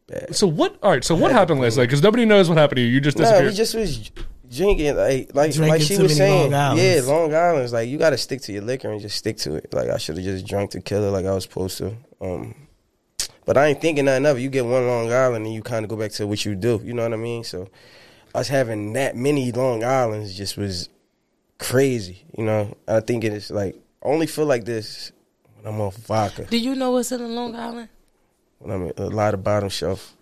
Bad. So what? All right. So what happened last night? Because nobody knows what happened to you. You just No, disappeared. we just was drinking like like Drinking like she too was many saying. Long yeah, Islands. Long Island's like you got to stick to your liquor and just stick to it. Like I should have just drunk to kill her like I was supposed to. Um, but I ain't thinking nothing of it. You get one Long Island and you kind of go back to what you do. You know what I mean? So us having that many Long Islands just was crazy. You know, I think it is like I only feel like this when I'm off vodka. Do you know what's in Long Island? When I'm a lot of bottom shelf.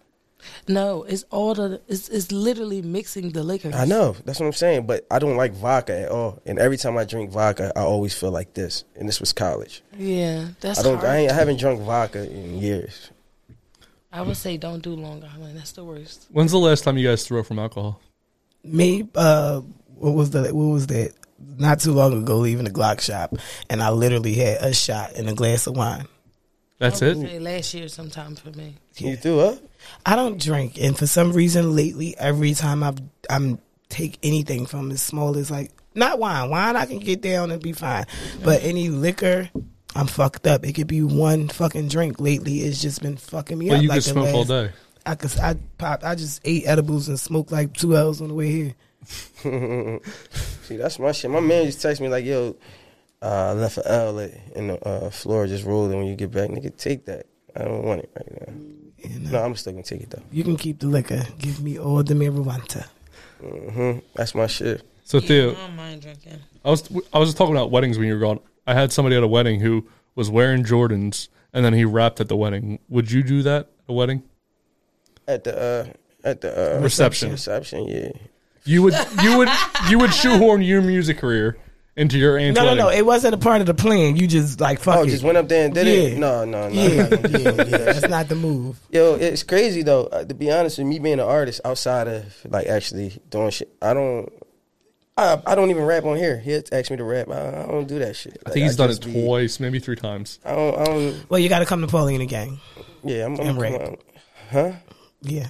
No, it's all the. It's, it's literally mixing the liquor. I know. That's what I'm saying. But I don't like vodka at all. And every time I drink vodka, I always feel like this. And this was college. Yeah, that's. I don't. Hard. I, I, ain't, I haven't drunk vodka in years. would say don't do Long Island. That's the worst. When's the last time you guys threw up from alcohol? me. Uh, what was the? What was that? Not too long ago, leaving the Glock shop, and I literally had a shot and a glass of wine. That's I would it. Say last year, sometime for me. You threw up? I don't drink, and for some reason lately, every time I I'm take anything from as small as like not wine, wine I can get down and be fine, but any liquor. I'm fucked up. It could be one fucking drink lately. It's just been fucking me Well, up. you like could the smoke all last- day. I could, I popped. I just ate edibles and smoked like two hours on the way here. See, that's my shit. My man just text me like, "Yo, uh, I left an outlet in the uh, floor just rolled, and when you get back, nigga, take that. I don't want it right now. And, uh, No, I'm still gonna take it though. You can keep the liquor. Give me all the marijuana. hmm That's my shit. So Theo, I don't mind drinking. I was I was just talking about weddings when you were gone. I had somebody at a wedding who was wearing Jordans and then he rapped at the wedding. Would you do that at a wedding? At the uh, at the uh, Reception. reception, yeah. You would you would you would shoehorn your music career into your aunt's No, no, wedding. no. It wasn't a part of the plan. You just like fuck Oh, it. just went up there and did Yeah. it. No, no, no. yeah, I'm not yeah, gonna do yeah. that. That's not the move. Yo, it's crazy though. Uh, to be honest, with me being an artist outside of like actually doing shit, I don't. I, I don't even rap on here. He asked me to rap. I, I don't do that shit. I think he's done it just be- twice, maybe three times. I don't, I don't. Well, you got to come to Pauline again. Yeah, I'm. And I'm rap. come on. Huh? Yeah.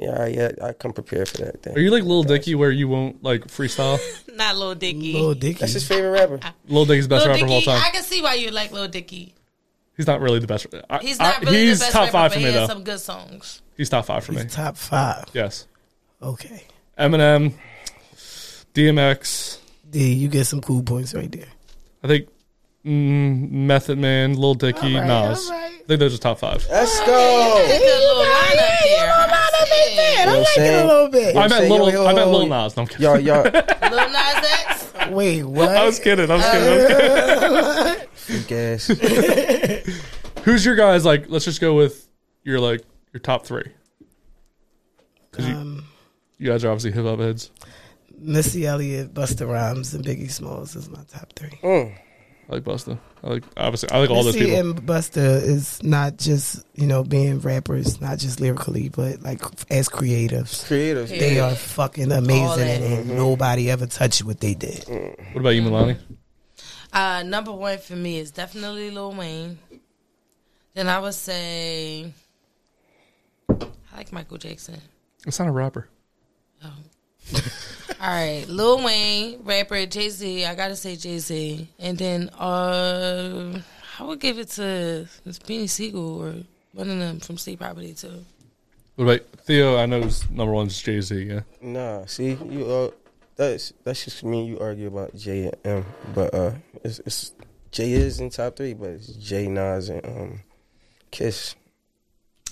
Yeah, all right, yeah. I come prepared for that. Thing. Are you like Lil Dicky where you won't like freestyle? Not Lil Dicky. Little Dicky. That's his favorite rapper. Lil Dicky's the best Lil rapper of all Dicky. time. I can see why you like Lil Dicky. He's not really the best. I, He's I- not really he's the best top rapper, five but for he me has though. some good songs. He's top five for me. Top five. Yes. Okay. Eminem, DMX. D, you get some cool points right there. I think mm, Method Man, Lil Dicky, Nas. I think those are top five. Let's go. Good little lineup there. I know what I'm like it a saying? little bit. I meant say, Lil. yo, yo, I meant yo, Lil Nas. No, I'm kidding. Y'all, y'all, Lil Nas X. Wait, what? I was kidding. I was kidding. I was kidding. freak ass. Who's your guys? Like, let's just go with your like your top three. Because Um, you, you guys are obviously hip hop heads. Missy Elliott, Busta Rhymes, and Biggie Smalls is my top three. I like Busta. I like obviously. I like all those Missy people. and Busta is not just you know being rappers, not just lyrically, but like as creatives. Creatives. They are fucking amazing, that. and, and nobody ever touched what they did. What about you, Milani? Uh, number one for me is definitely Lil Wayne. Then I would say I like Michael Jackson. It's not a rapper. All right, Lil Wayne, rapper, Jay Z. I gotta say Jay Z, and then uh, I would give it to it's Beanie Siegel or one of them from State Property too. What about Theo? I know his number one's Jay Z. Yeah. Nah, see, you uh, that's that's just me. and You argue about J and M, but uh, it's, it's J is in top three, but it's J Nas and um, Kiss.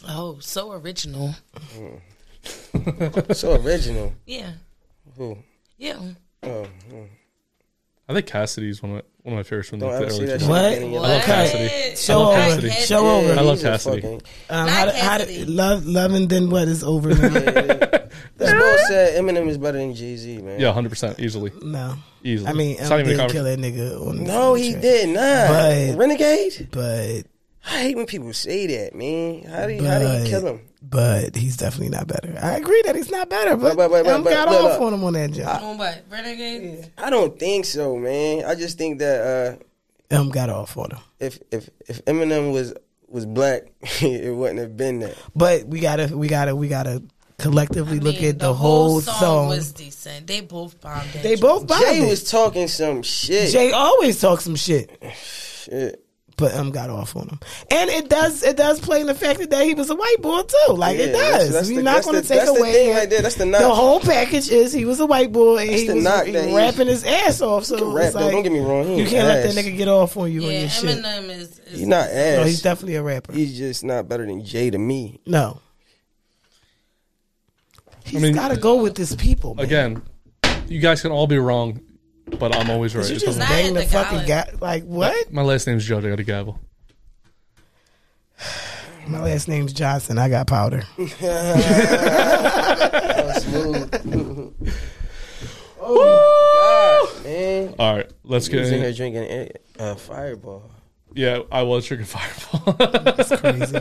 Oh, so original. So original. Yeah. Who? Yeah. Oh, I think Cassidy's one of my, one of my favorites from the Oh, don't ever see early. that 2000s. shit What? again in your I love life. Cassidy. I Show love over. Cassidy. Show Yeah, over. I love he's a Cassidy. fucking- Um, how, Not did, how Cassidy. did, love, love and then what is over now? This boy said Eminem is better than Jay Z, man. Yeah, hundred percent, easily, no. easily. I mean, it's not I even a did conversation. kill that nigga on the No, he soundtrack. did not. But- Renegade. But, I hate when people say that, man. How do you, how do But- you kill him? but he's definitely not better. I agree that he's not better, but, But- but- but- I'm but- got but off look. on him on that job. On what? Renegade? I don't think so, man. I just think that uh, Um, got off on him. if if if Eminem was was black, it wouldn't have been that. But we gotta, we gotta, we gotta collectively look Man, at the, whole song, song. was decent. They both bombed. that they joint. both bombed Jay it. was talking some shit. Jay always talks some shit, Shit. but um, got off on him. And it does, it does play in the fact that he was a white boy too. Like Yeah, it that's- does. that's We're the- not that's gonna the- take that's the away thing that- right there. That's the knock. whole package is he was a white boy and he the was knock that he- rapping his ass off. So can rap, it's though. like, Don't get me wrong, he you ain't can't let ass. that nigga get off on you on Yeah, your shit. Eminem is, is He's not ass. No, he's he's, definitely a rapper. just not better than Jay to me. no. he's mean- got to go with his people. Man. Again, you guys can all be wrong, but I'm always right. Did you It just doesn't- Not bang the at the fucking gala. guy? Like what? my last name's Joe Gavel. My last name's Johnson. I got powder. God, man. All right, let's He get. was in here In. drinking uh, Fireball. Yeah, I was drinking Fireball. That's crazy.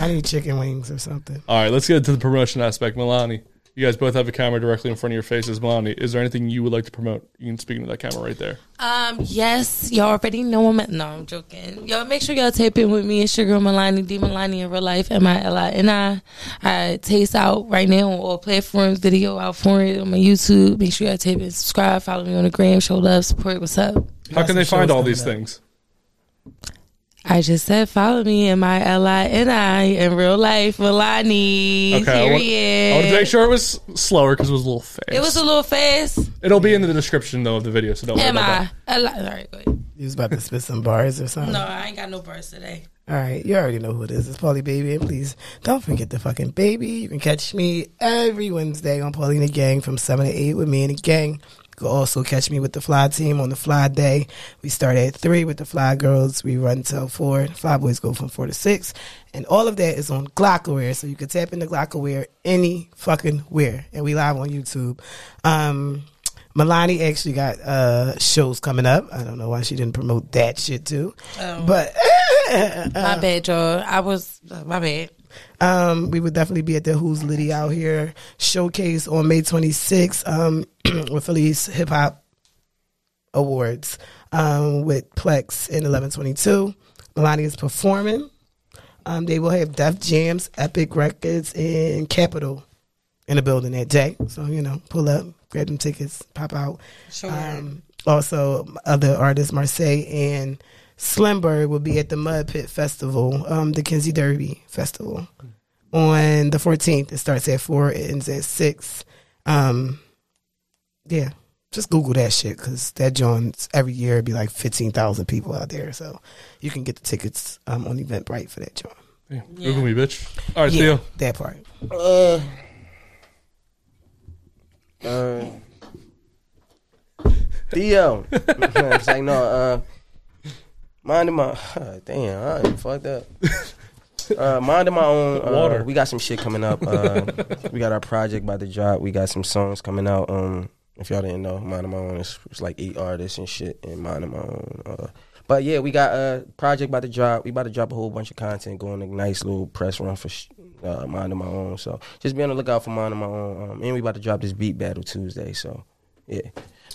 I need chicken wings or something. All right, let's get into the promotion aspect. Milani, you guys both have a camera directly in front of your faces. Milani, is there anything you would like to promote? You can speak into that camera right there. Um, yes, y'all already know I'm. No, I'm joking. Y'all make sure y'all tap in with me and Sugar Milani, D Milani in real life, M I L I N I. I taste out right now on all platforms, video out for it on my YouTube. Make sure y'all tap in, subscribe, follow me on the gram, show love, support. What's up? How can some they find shows all coming these up. things? I just said follow me, M I L I N I in real life, Milani. I want, period. I want to make sure it was slower because it was a little fast. It was a little fast. It'll be in the description though of the video, so don't worry Am about I? that. All right, go ahead. He was about to spit some bars or something. No, I ain't got no bars today. All right, you already know who it is. It's Paulie Baby, and please don't forget the fucking baby. You can catch me every Wednesday on Paulie and the Gang from seven to eight with me and the gang. You can also catch me with the Fly Team on the Fly Day. We start at three with the Fly Girls. We run till four. Fly Boys go from four to six, and all of that is on Glockaware. So you can tap into Glockaware any fucking where, and we live on YouTube. Um, Milani actually got uh, shows coming up. I don't know why she didn't promote that shit too, but. My bad, y'all. I was my bad. Um, we would definitely be at the Who's Liddy Out Here showcase on May 26th um, with Felice Hip Hop Awards um, with Plex in 1122. Melania is performing. Um, they will have Def Jams, Epic Records, and Capitol in the building that day. So, you know, pull up, grab them tickets, pop out. Sure. Um, also, other artists, Marseille and Slimberg, will be at the Mud Pit Festival, um, the Kinsey Derby Festival, on the 14th. It starts at 4, it ends at 6. Um, yeah, just Google that shit because that joins every year. It'd be like 15,000 people out there. So you can get the tickets um, on Eventbrite for that joint. Yeah. Google me, bitch. All right, Theo. that part. Uh, uh, Theo. it's like, no, uh, minding my, damn, I fucked up. Uh, minding my own. Uh, Water. We got some shit coming up. Uh, we got our project by the drop. We got some songs coming out. Um, if y'all didn't know, minding my own is it's like eight artists and shit, and minding my own. Uh, but yeah, we got a project about to drop. We about to drop a whole bunch of content, going a nice little press run for sh- uh, Mind of My Own. So just be on the lookout for Mind of My Own. Um, and we about to drop this beat battle Tuesday. So yeah,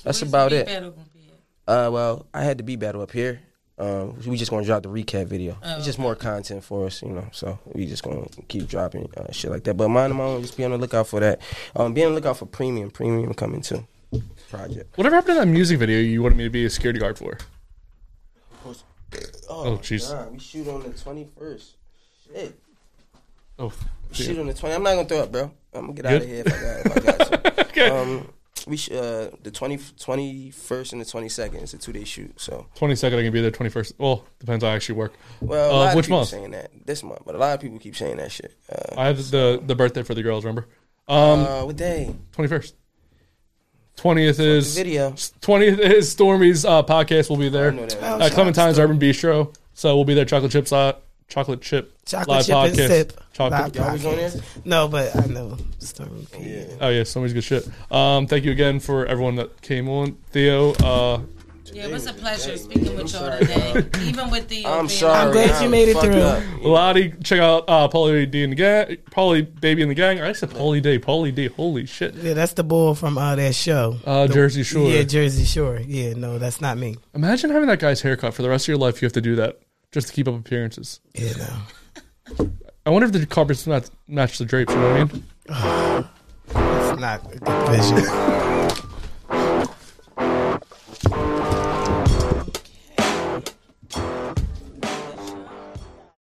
that's about it. Uh, well, I had the beat battle up here. Um, we just gonna drop the recap video. it's just more content for us, you know. So we just gonna keep dropping uh, shit like that. But mind of my own, just be on the lookout for that. Um, be on the lookout for premium, premium coming too. Project. Whatever happened to that music video you wanted me to be a security guard for? Oh, jeez. God, we shoot on the twenty first. Shit, Oh, shoot on the twenty. I'm not gonna throw up, bro. I'm gonna get out of Good? here if I got. If I got to. okay. Um, we sh- uh, the 20, 21st and the twenty second. It's a two day shoot. So Twenty second, I can be there. Twenty first. Well, depends. I actually work. well, a Uh, lot which of people month? saying that this month, but a lot of people keep saying that shit. Uh, I have the the birthday for the girls. Remember, um, uh, what day? twenty first. Twentieth is video. Twentieth is Stormy's uh, podcast. will be there. know that. Oh, Uh, Clementine's Urban Bistro. So we'll be there. Chocolate chips. Uh, chocolate chip. Chocolate chip and sip. Chocolate. Live I was on there. podcast. No, but I know Stormy P. Oh yeah, Stormy's good shit. Um, thank you again for everyone that came on. Theo. Uh, Yeah, it was a pleasure speaking with y'all today. Even with the I'm sorry. I'm glad you made it fucked through. up. Lottie, check out uh, Paulie D and the gang. Paulie Baby and the gang. I said Paulie D. Paulie D. Holy shit. Yeah, that's the bull from uh, that show. Uh, Jersey Shore. Yeah, Jersey Shore. Yeah, no, that's not me. Imagine having that guy's haircut for the rest of your life. You have to do that just to keep up appearances. Yeah, no. I wonder if the carpets not match the drapes. You know what I mean? It's not a good vision.